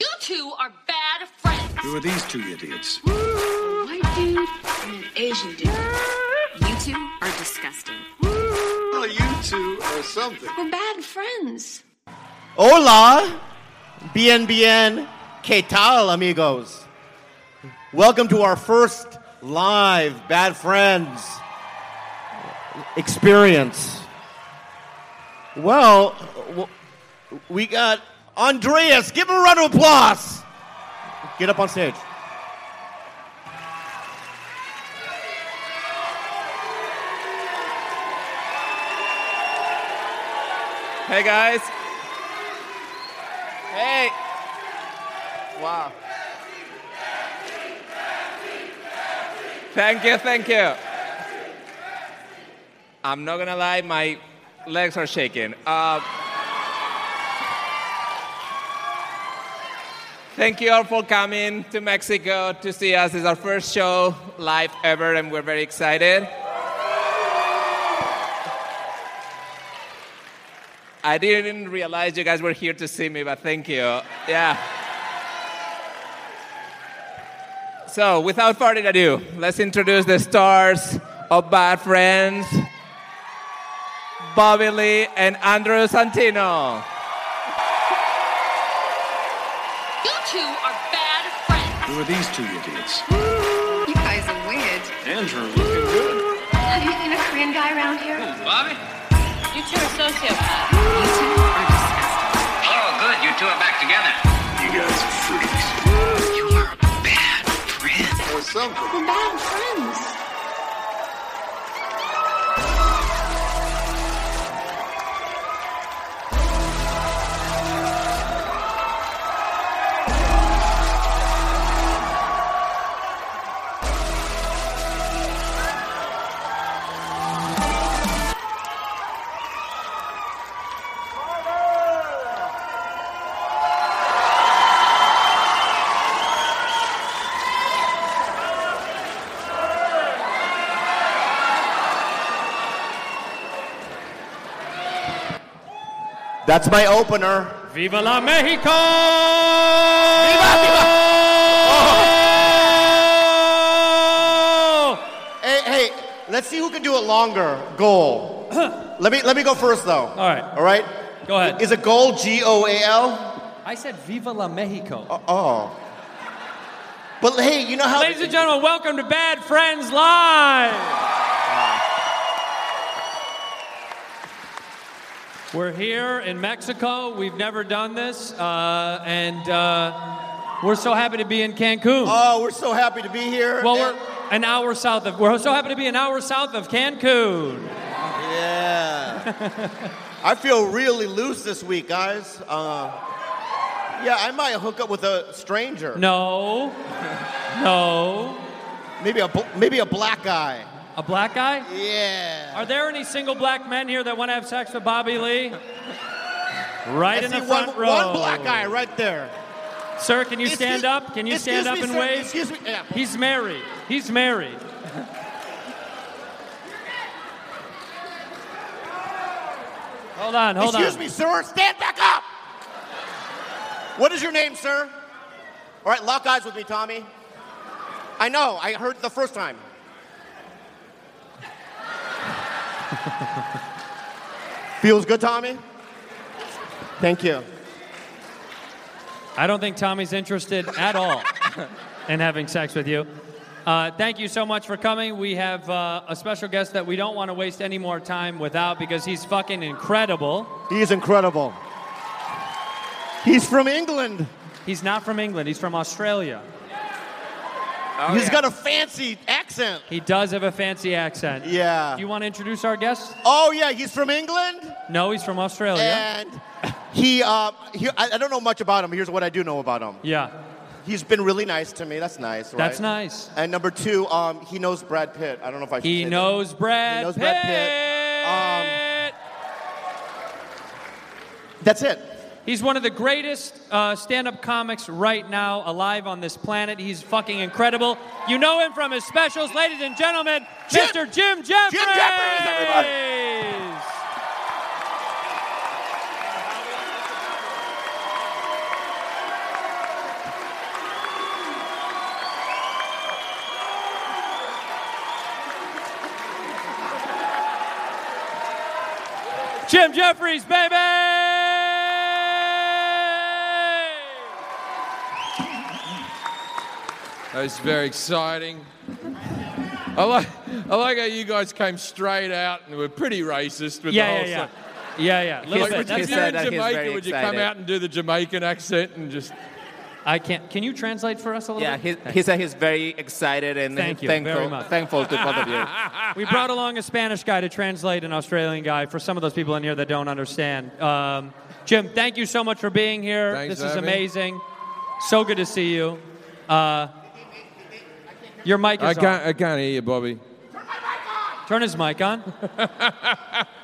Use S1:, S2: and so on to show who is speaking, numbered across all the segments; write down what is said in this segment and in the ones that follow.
S1: You two are bad friends.
S2: Who are these two idiots?
S1: White dude and an Asian dude.
S3: You two are disgusting.
S2: Well, you two are something.
S1: We're bad friends.
S4: Hola, bien bien, que tal, amigos? Welcome to our first live Bad Friends experience. Well, w- we got Andreas. Give him a round of applause. Get up on stage.
S5: Hey guys. Hey. Wow. Thank you, thank you. I'm not gonna lie, my legs are shaking. Uh, thank you all for coming to Mexico to see us. It's our first show live ever, and we're very excited. I didn't realize you guys were here to see me, but thank you. Yeah. So, without further ado, let's introduce the stars of Bad Friends Bobby Lee and Andrew Santino.
S1: You two are bad friends.
S2: Who are these two idiots?
S6: You guys are weird.
S2: Andrew, looking good.
S6: Have you seen a Korean guy around here?
S7: Bobby?
S1: You two are sociopaths.
S3: You two are disgusting.
S7: Oh, good. You two are back together.
S2: You guys are freaks.
S3: You are a bad friend.
S2: Or something.
S1: We're bad friends.
S4: That's my opener.
S8: Viva la Mexico! Oh!
S4: Hey, hey, let's see who can do it longer. Goal. let me let me go first though. All
S8: right.
S4: All right.
S8: Go ahead.
S4: Is a goal G O A L?
S8: I said Viva la Mexico.
S4: Oh. But hey, you know how
S8: Ladies and gentlemen, welcome to Bad Friends Live! Uh, We're here in Mexico. We've never done this. Uh, and uh, we're so happy to be in Cancun.
S4: Oh, we're so happy to be here.
S8: well,
S4: And-
S8: we're an hour south of, we're so happy to be an hour south of Cancun.
S4: Yeah. I feel really loose this week, guys. Uh, yeah, I might hook up with a stranger.
S8: No. No.
S4: Maybe a bl- maybe a black guy.
S8: A black guy?
S4: Yeah.
S8: Are there any single black men here that want to have sex with Bobby Lee? Right
S4: I
S8: in the
S4: see
S8: front
S4: one,
S8: row.
S4: one black guy right there.
S8: Sir, can you stand
S4: Excuse-
S8: up? Can you stand up
S4: excuse me,
S8: and
S4: sir.
S8: wave?
S4: Excuse me. Yeah.
S8: He's married. He's married. hold on, hold
S4: Excuse
S8: on.
S4: me, sir. Stand back up. What is your name, sir? All right, lock eyes with me, Tommy. I know. I heard the first time. Feels good, Tommy. Thank you.
S8: I don't think Tommy's interested at all in having sex with you. Uh, thank you so much for coming. We have uh, a special guest that we don't want to waste any more time without because he's fucking incredible.
S4: He is incredible. He's from England.
S8: He's not from England. He's from Australia. Oh,
S4: He's got a fancy accent.
S8: He does have a fancy accent.
S4: Yeah.
S8: Do you want to introduce our guest?
S4: Oh yeah, he's from England
S8: No, he's from Australia.
S4: and He, uh, he I, I don't know much about him. Here's what I do know about him.
S8: Yeah,
S4: He's been really nice to me. That's nice, right?
S8: that's nice.
S4: And number two, um, he knows Brad Pitt. I don't know if I should
S8: He
S4: say
S8: knows Brad.
S4: He knows
S8: Pitt.
S4: Brad Um, Pitt. That. That's it.
S8: He's one of the greatest uh, stand-up comics right now alive on this planet. He's fucking incredible. You know him from his specials, ladies and gentlemen,
S4: Jim-
S8: Mr. Jim Jeffries.
S4: Jeffries, everybody.
S8: Jim Jeffries, baby.
S5: That was very exciting. I like, I like how you guys came straight out and were pretty racist with the
S8: Yeah, yeah,
S5: whole
S8: yeah.
S5: stuff.
S8: Yeah, yeah. Little
S5: Like,
S8: bit.
S5: would you-
S8: That's
S5: if you
S8: not-
S5: were in Jamaica, would you come out and do the Jamaican accent and just
S8: I can't. Can you translate for us a little
S9: Yeah,
S8: bit?
S9: he, he said he's very excited and
S8: Thank you
S9: thankful,
S8: very much.
S9: thankful to both of you.
S8: we brought along a Spanish guy to translate an Australian guy for some of those people in here that don't understand. Um, Jim, thank you so much for being here.
S5: Thanks
S8: this
S5: for
S8: is
S5: having me.
S8: amazing. So good to see you. Uh, your mic
S5: I
S8: is
S5: can't,
S8: on.
S5: I can't hear you, Bobby.
S8: Turn his mic on.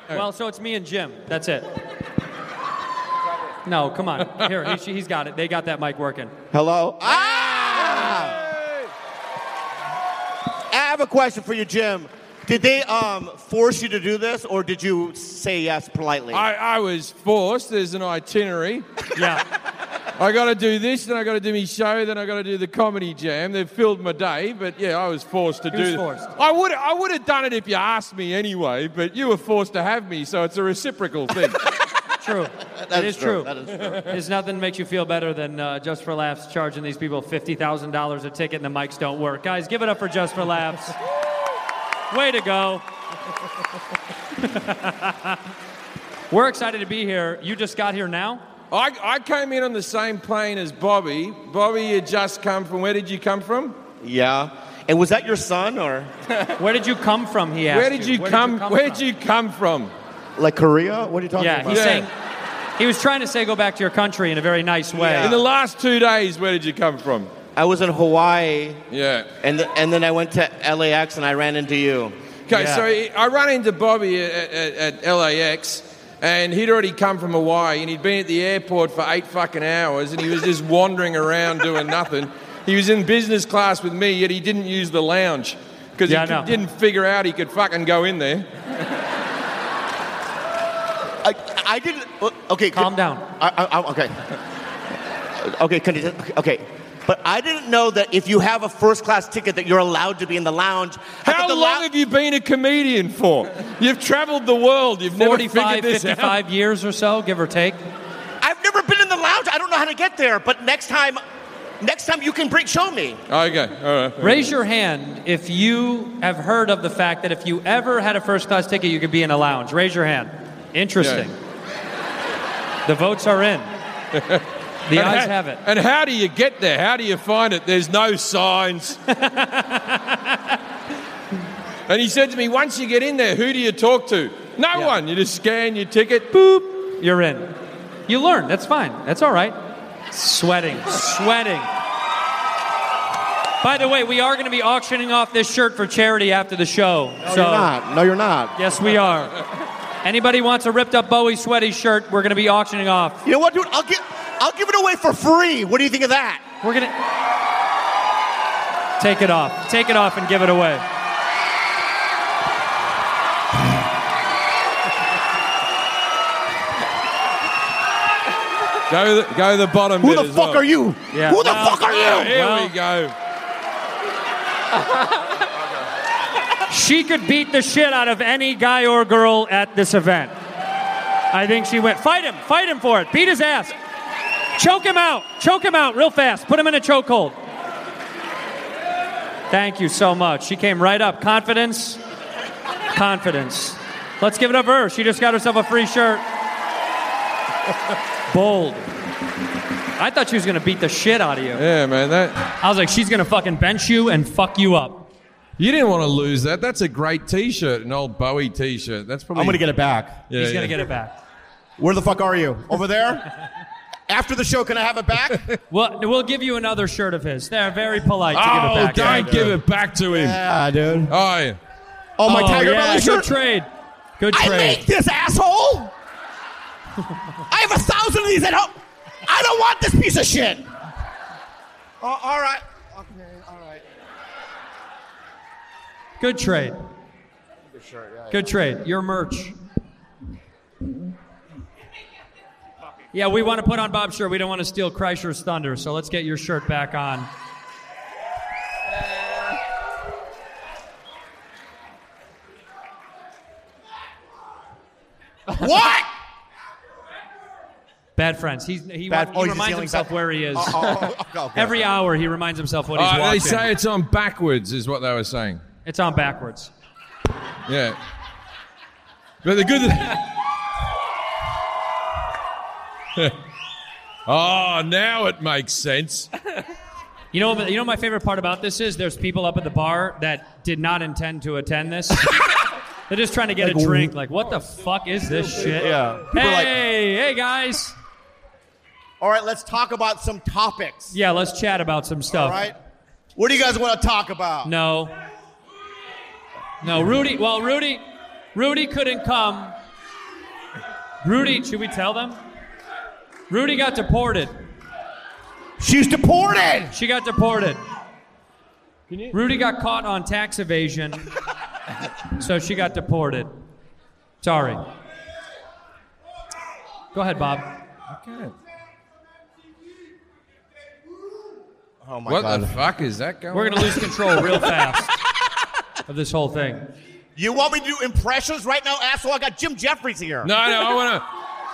S8: well, so it's me and Jim. That's it. No, come on. Here, he, he's got it. They got that mic working.
S4: Hello. Ah! I have a question for you, Jim. Did they um, force you to do this, or did you say yes politely?
S5: I, I was forced. There's an itinerary.
S8: Yeah.
S5: I got to do this, then I got to do my show, then I got to do the comedy jam. They've filled my day, but yeah, I was forced to
S8: He
S5: do.
S8: was
S5: it.
S8: forced.
S5: I would I would have done it if you asked me anyway, but you were forced to have me, so it's a reciprocal thing.
S8: True.
S4: That
S8: it
S4: is
S8: is
S4: true.
S8: true.
S4: That is
S8: There's nothing makes you feel better than uh, Just for Laughs charging these people fifty thousand dollars a ticket and the mics don't work. Guys, give it up for Just for Laughs. Way to go. We're excited to be here. You just got here now.
S5: I, I came in on the same plane as Bobby. Bobby, you just come from where did you come from?
S4: yeah. And was that your son, or
S8: Where did you come from? He asked.
S5: Where did you come? where did
S8: from?
S5: you come from?
S4: like Korea? What are you talking
S8: Yeah,
S4: about?
S8: he's
S5: Yeah.
S8: saying. He was trying to say go back to your country in a very nice way.
S5: In the last two days, where did you come from?
S4: I was in Hawaii,
S5: Yeah.
S4: and th- and then I went to LAX, and I ran into you.
S5: Okay,
S8: Yeah.
S5: so I ran into Bobby at, at, at LAX, and he'd already come from Hawaii, and he'd been at the airport for eight fucking hours, and he was just wandering around doing nothing. He was in business class with me, yet he didn't use the lounge because
S8: Yeah, I
S5: he
S8: know.
S5: c- didn't figure out he could fucking go in there.
S4: I, I didn't. uh, Okay,
S8: Calm
S4: could-
S8: down.
S4: I, I, I, okay. okay, could you, okay. But I didn't know that if you have a first class ticket, that you're allowed to be in the lounge. I
S5: How
S4: thought the
S5: long
S4: lou-
S5: have you been a comedian for? You've traveled the world. You've never figured
S8: 45,
S5: this out.
S8: 55 years or so, give or take.
S4: I've never been in the lounge. I don't know how to get there. But next time, next time you can bring show me.
S5: Okay, all right.
S8: Raise your hand if you have heard of the fact that if you ever had a first class ticket, you could be in a lounge. Raise your hand. Interesting. The votes are in. The eyes have it.
S5: And how do you get there? How do you find it? There's no signs. and he said to me, once you get in there, who do you talk to? No one. You just scan your ticket. Boop.
S8: You're in. You learn. That's fine. That's all right. Sweating. Sweating. By the way, we are going to be auctioning off this shirt for charity after the show. so
S4: No, you're not.
S8: yes, we are. Anybody wants a ripped up Bowie sweaty shirt, we're going to be auctioning off.
S4: You know what, dude? I'll give, I'll give it away for free. What do you think of that?
S8: We're gonna take it off. Take it off and give it away.
S5: Go the, go the bottom
S4: Who
S5: bit
S4: the
S5: as
S4: fuck
S5: well.
S4: are you?
S8: uh, Yeah.
S4: Who the
S8: Well,
S4: fuck are
S5: Oh,
S4: you?
S5: here
S8: Well-
S5: we go.
S8: She could beat the shit out of any guy or girl at this event. I think she went. Fight him. Fight him for it. Beat his ass. Choke him out. Choke him out real fast. Put him in a chokehold. Thank you so much. She came right up. Confidence. Confidence. Let's give it up for her. She just got herself a free shirt. Bold. I thought she was going to beat the shit out of you.
S5: Yeah, man. That
S8: I was like, she's gonna fucking bench you and fuck you up.
S5: you didn't want to lose that. That's a great T-shirt, an old Bowie T-shirt. That's probably.
S4: it back.
S5: Yeah,
S8: He's
S5: yeah.
S8: gonna get it back.
S4: Where the fuck are you? Over there? After the show, can I have it back?
S8: Well, we'll give you another shirt of his. They're very polite to
S5: Oh,
S8: give it back.
S5: don't give it back to him.
S4: Yeah, dude.
S5: Oh, yeah.
S4: Oh, my
S8: Oh,
S4: Tiger
S8: yeah,
S4: Belly
S8: good
S4: shirt.
S8: trade. Good
S4: I
S8: trade.
S4: make this asshole. I have a thousand of these at home. I don't want this piece of shit. Oh, all right. Okay, all right.
S8: Good trade. Good trade. Your merch. Yeah, we want to put on Bob's shirt. We don't want to steal Kreischer's thunder, so let's get your shirt back on.
S4: What?
S8: Bad friends. He's, he
S4: Bad-
S8: he
S4: oh, he's
S8: reminds
S4: yelling
S8: himself
S4: back.
S8: where he is.
S4: Oh, oh, oh, okay.
S8: Every hour, he reminds himself what he's
S5: Oh, they
S8: watching.
S5: say it's on backwards, is what they were saying.
S8: it's on backwards.
S5: Yeah. But the good. oh, now it makes sense.
S8: You know, you know, my favorite part about this is there's people up at the bar that did not intend to attend this. They're just trying to get a drink. Like, what the fuck is this shit?
S4: Yeah.
S8: Hey,
S4: People are like-
S8: hey, guys.
S4: All right, let's talk about some topics.
S8: Yeah, let's chat about some
S4: All
S8: stuff.
S4: right. What do you guys want to talk about?
S8: No. No, Rudy. Well, Rudy, Rudy couldn't come. Rudy, should we tell them? Rudy got deported.
S4: She's deported.
S8: She got deported. Rudy got caught on tax evasion, so she got deported. Sorry. Go ahead, Bob.
S4: Oh my
S5: what
S4: god.
S5: the fuck is that going
S8: We're going to lose control real fast of this whole thing.
S4: you want me to do impressions right now, asshole? I got Jim Jeffries here.
S5: No, no, I want to.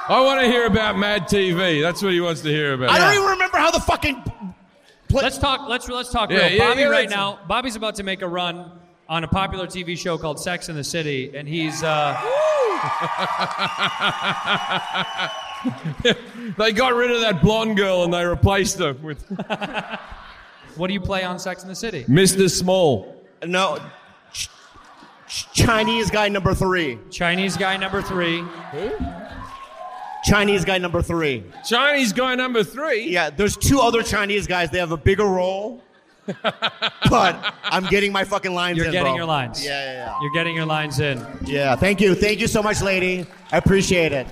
S5: I want to hear about Mad TV. That's what he wants to hear about.
S4: I don't even remember how the fucking.
S8: Let's talk. Let's let's talk
S5: Yeah,
S8: real.
S5: yeah,
S8: Bobby
S5: yeah,
S8: right
S5: let's-
S8: now. Bobby's about to make a run on a popular TV show called Sex in the City, and he's uh,
S5: They got rid of that blonde girl and they replaced her with
S8: what do you play on Sex in the City?
S5: Mr. Small.
S4: No. Ch- Ch- Chinese guy number three.
S8: Chinese guy number three.
S4: Chinese guy number three.
S5: Chinese guy number three.
S4: Yeah, there's two other Chinese guys. They have a bigger role. but I'm getting my fucking lines
S8: You're
S4: in,
S8: getting
S4: bro.
S8: your lines.
S4: Yeah, yeah,
S8: You're getting your lines in.
S4: yeah. Yeah, thank you. Thank you so much, lady. I appreciate it.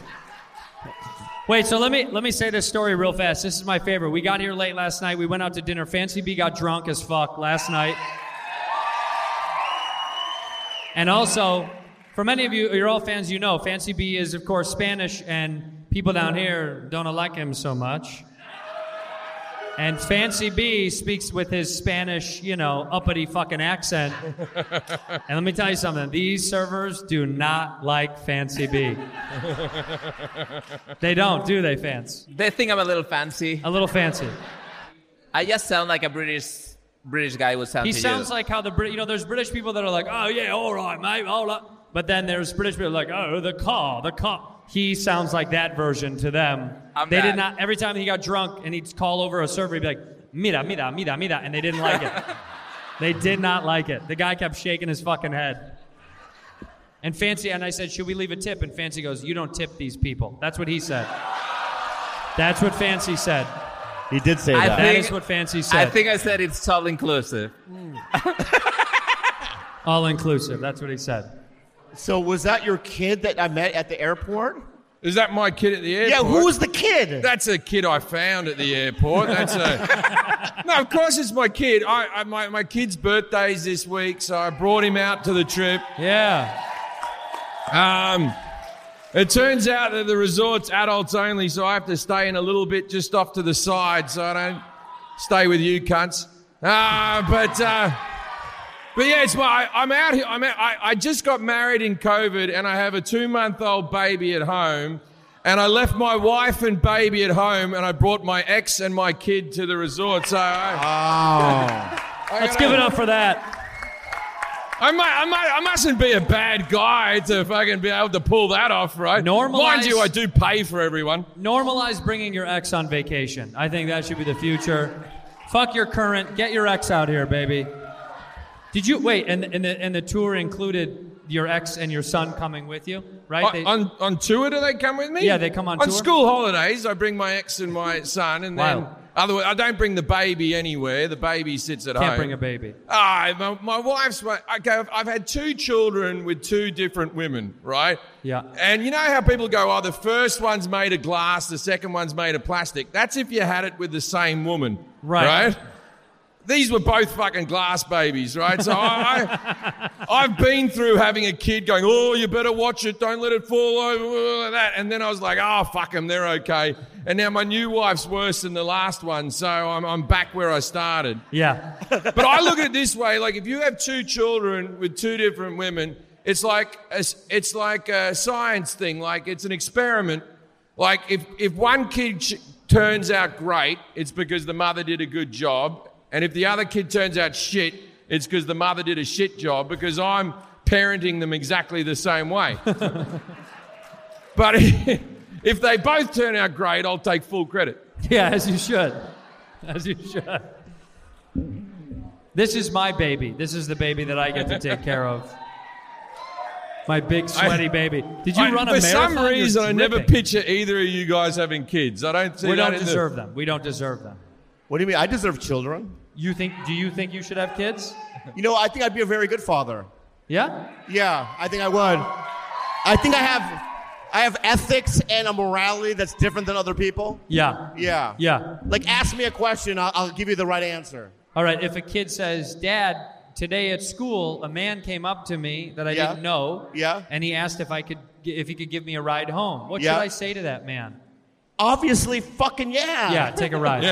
S8: Wait, so let me let me say this story real fast. This is my favorite. We got here late last night. We went out to dinner. Fancy B got drunk as fuck last night. And also, for many of you, you're all fans. You know, Fancy B is of course Spanish, and people down here don't like him so much. And Fancy B speaks with his Spanish, you know, uppity fucking accent. and let me tell you something: these servers do not like Fancy B. They don't, do they, fans?
S10: They think I'm a little fancy.
S8: A little fancy.
S10: I just sound like a British British guy would sound
S8: He
S10: to
S8: sounds
S10: you.
S8: like how the Brit, you know, there's British people that are like, oh yeah, all right, mate, all right. But then there's British people like, oh, the car, the car. He sounds like that version to them.
S10: I'm
S8: they did
S10: that.
S8: not. Every time he got drunk and he'd call over a server, he'd be like, mira, mira, mira, mira, and they didn't like it. they did not like it. The guy kept shaking his fucking head. And Fancy and I said, should we leave a tip? And Fancy goes, you don't tip these people. That's what he said. That's what Fancy said.
S4: He did say
S10: I
S4: that.
S8: That
S10: Think-
S8: is what Fancy said.
S10: I think I said it's all inclusive.
S8: All inclusive. That's what he said.
S4: so was that your kid that I met at the airport?
S5: Is that my kid at the airport?
S4: Yeah, who was the kid?
S5: That's a kid I found at the airport. That's a. no, of course it's my kid. I, I my, my kid's birthday's this week, so I brought him out to the trip.
S8: Yeah.
S5: Um, it turns out that the resort's adults only, so I have to stay in a little bit just off to the side, so I don't stay with you cunts. Uh, but uh, but yeah, it's my. I, I'm out here. I'm out, I, I just got married in COVID, and I have a two-month-old baby at home. And I left my wife and baby at home, and I brought my ex and my kid to the resort. So I, I
S8: Let's
S5: gotta-
S8: give it up for that.
S5: I might, I might, I mustn't be a bad guy to fucking be able to pull that off, right?
S8: Normalize-
S5: Mind you, I do pay for everyone.
S8: Normalize bringing your ex on vacation. I think that should be the future. Fuck your current. Get your ex out here, baby. Did you wait? And and the and the tour included
S5: your ex and your son coming with you, right?
S8: On,
S5: They-
S8: Uh, on, on tour, do they come with me?
S5: Yeah, they come on
S8: On
S5: tour.
S8: school holidays, I bring my ex and my son, and then
S5: Wow.
S8: otherwise, I don't bring the baby anywhere. The baby sits at
S5: Can't
S8: home.
S5: bring a baby.
S8: Ah, my, my wife's. my- Okay, I've, I've had two children with two different women, right?
S5: Yeah.
S8: And you know how people go, oh, the first one's made of glass, the second one's made of plastic. That's if you had it with the same woman,
S5: Right.
S8: Right? These were both fucking glass babies, right? So I, I, I've been through having a kid going, oh, you better watch it, don't let it fall over, and that. And then I was like, oh, fuck them, they're okay. And now my new wife's worse than the last one, so I'm, I'm back where I started
S5: Yeah.
S8: but I look at it this way: like if you have two children with two different women, it's like a, s- it's like a science thing. Like it's an experiment. Like if if one kid ch- turns out great, it's because the mother did a good job, and if the other kid turns out shit, it's because the mother did a shit job. Because I'm parenting them exactly the same way. but if they both turn out great, I'll take full credit.
S5: Yeah, as you should. As you should. This is my baby. This is the baby that I get to take care of. My big sweaty
S8: I-
S5: baby. Did you
S8: I-
S5: run a
S8: for
S5: marathon?
S8: some
S5: You're
S8: reason, I never
S5: dripping.
S8: picture either of you guys having kids. I don't. See
S5: We
S8: that
S5: don't
S8: in the-
S5: deserve them. We don't deserve them.
S4: What do you mean? I deserve children.
S5: You think? Do you think you should have kids?
S4: You know, I think I'd be a very good father.
S5: Yeah.
S4: Yeah, I think I would. I think I have, I have ethics and a morality that's different than other people.
S5: Yeah.
S4: Yeah.
S5: Yeah.
S4: Like, ask me a question, I'll, I'll give you the right answer.
S5: All right. If a kid says, "Dad, today at school, a man came up to me that I
S4: Yeah.
S5: didn't know,
S4: Yeah.
S5: and he asked if I could, if he could give me a ride home. What
S4: Yeah.
S5: should I say to that man?
S4: Obviously, fucking yeah.
S5: Yeah, take a ride.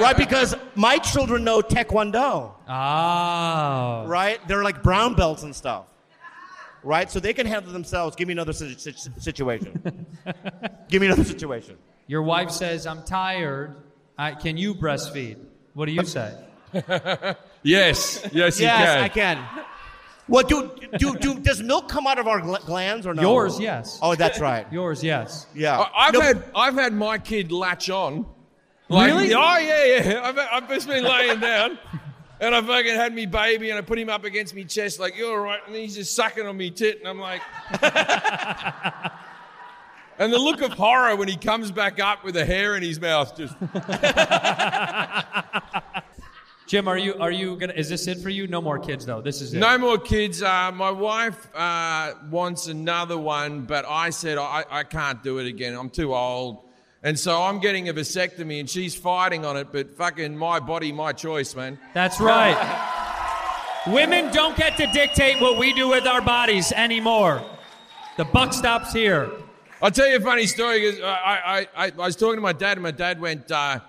S4: right, because my children know Taekwondo.
S5: Ah.
S4: Right? They're like brown belts and stuff. Right? So they can handle themselves. Give me another si- si- situation. Give me another situation.
S5: Your wife says, "I'm tired. I, can you breastfeed?" What do you say?
S8: Yes. Yes, you can.
S4: I can. Well, do, do, do, does milk come out of our gl- glands or no?
S5: Yours, yes.
S4: Oh, that's right.
S5: Yours, yes.
S4: Yeah.
S8: I, have had I've had my kid latch on.
S5: Really?
S8: Oh yeah, yeah. I've, I've just been laying down, and I fucking had me baby, and I put him up against me chest, like you're all right, and he's just sucking on me tit, and I'm like. And the look of horror when he comes back up with a hair in his mouth, just
S5: Jim, are you are you gonna? Is this it for you? No more kids, though. This is it.
S8: No more kids. Uh, my wife uh, wants another one, but I said I, I can't do it again. I'm too old. And so I'm getting a vasectomy, and she's fighting on it, but fucking my body, my choice, man.
S5: That's right. Women don't get to dictate what we do with our bodies anymore. The buck stops here.
S8: I'll tell you a funny story. 'cause I, I, I, I was talking to my dad, and my dad went, uh,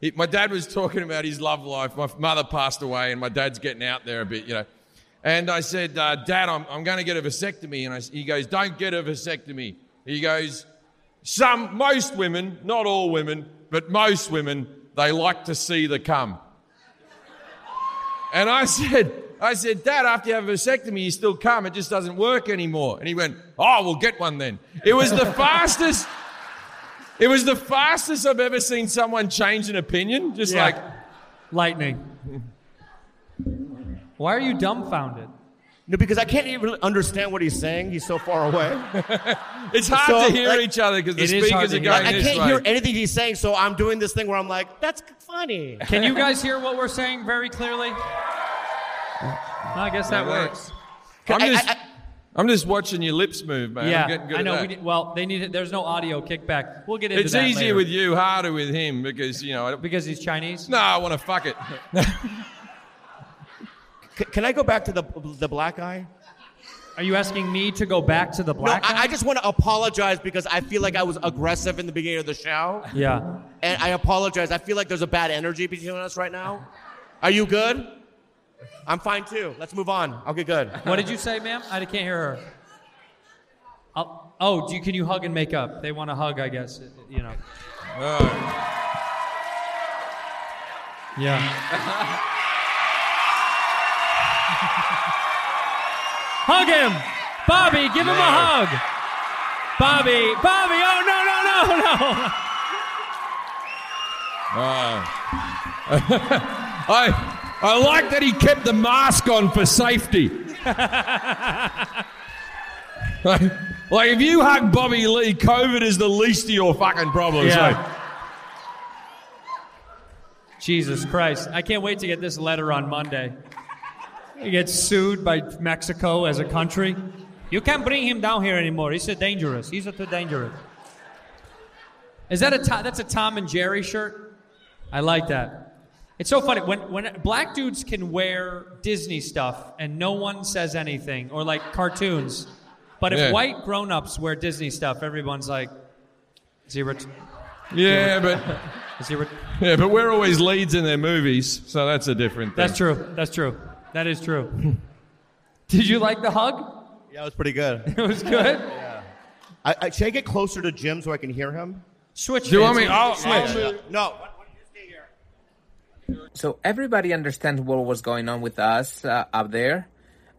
S8: he, my dad was talking about his love life. My f- mother passed away, and my dad's getting out there a bit, you know. And I said, uh, Dad, I'm, I'm going to get a vasectomy. And I s he goes, Don't get a vasectomy. He goes, Some, most women, not all women, but most women, they like to see the cum. And I said, I said, Dad, after you have a vasectomy, you still come. It just doesn't work anymore. And he went, Oh, we'll get one then. It was the fastest. It was the fastest I've ever seen someone change an opinion. Just
S5: Yeah.
S8: like,
S5: Lightning. Why are you dumbfounded?
S4: No, because I can't even really understand what he's saying. He's so far away.
S8: it's hard
S4: So,
S8: to hear
S4: like-
S8: each other because the
S5: It is hard
S8: speakers
S5: to
S8: are
S5: hear.
S8: going
S4: I
S8: this
S4: can't
S8: way.
S4: hear anything he's saying, so I'm doing this thing where I'm like, that's funny.
S5: Can you guys hear what we're saying very clearly? I guess that works.
S8: I'm
S4: I-
S8: just,
S4: I- I-
S8: I, am just watching your lips move, man. I'm
S5: Yeah,
S8: getting good
S5: I
S8: at
S5: know.
S8: that.
S5: We did, well, they need it. There's no audio kickback. We'll get into
S8: it's
S5: that
S8: easier
S5: later.
S8: with you, harder with him because you know. I don't,
S5: because he's Chinese.
S8: no, I want to fuck it.
S4: C- can I go back to the, the black guy?
S5: Are you asking me to go back to the black?
S4: no,
S5: guy?
S4: I, I just want to apologize because I feel like I was aggressive in the beginning of the show.
S5: yeah.
S4: And I apologize. I feel like there's a bad energy between us right now. Are you good? I'm fine too. Let's move on. I'll get good.
S5: What did you say, ma'am? I can't hear her. I'll, oh, do you, can you hug and make up? They want to hug, I guess. You know.
S8: Oh,
S5: Yeah. hug him, Bobby. Give him a hug, Bobby. Bobby. Oh no no no no.
S8: oh. I, I like that he kept the mask on for safety. like, like, if you hug Bobby Lee, COVID is the least of your fucking problems.
S1: Yeah.
S8: mate.
S1: Jesus Christ. I can't wait to get this letter on Monday. He gets sued by Mexico as a country. You can't bring him down here anymore. He's too dangerous. He's too dangerous. Is that a to- that's a Tom and Jerry shirt? I like that. It's so funny when when black dudes can wear Disney stuff and no one says anything or like cartoons, but if
S11: Yeah.
S1: white grown-ups wear Disney stuff, everyone's like, zero.
S8: Yeah,
S1: but zero.
S8: Yeah, but we're always leads in their movies, so that's a different thing.
S1: That's true. That's true. That is true. Did you like the hug?
S12: Yeah, it was pretty good.
S1: it was good.
S12: I, I, should I get closer to Jim so I can hear him?
S1: Switch.
S13: Do you want me- I'll-
S12: Switch.
S13: I'll
S12: no.
S13: So everybody understands what was going on with us uh, up there.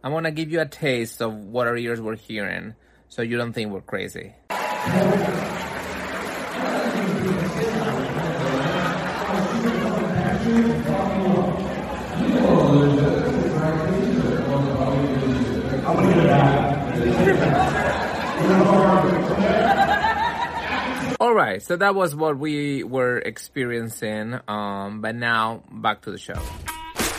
S13: I want to give you a taste of what our ears were hearing, so you don't think we're crazy. All right, so that was what we were experiencing. Um, but now back to the show.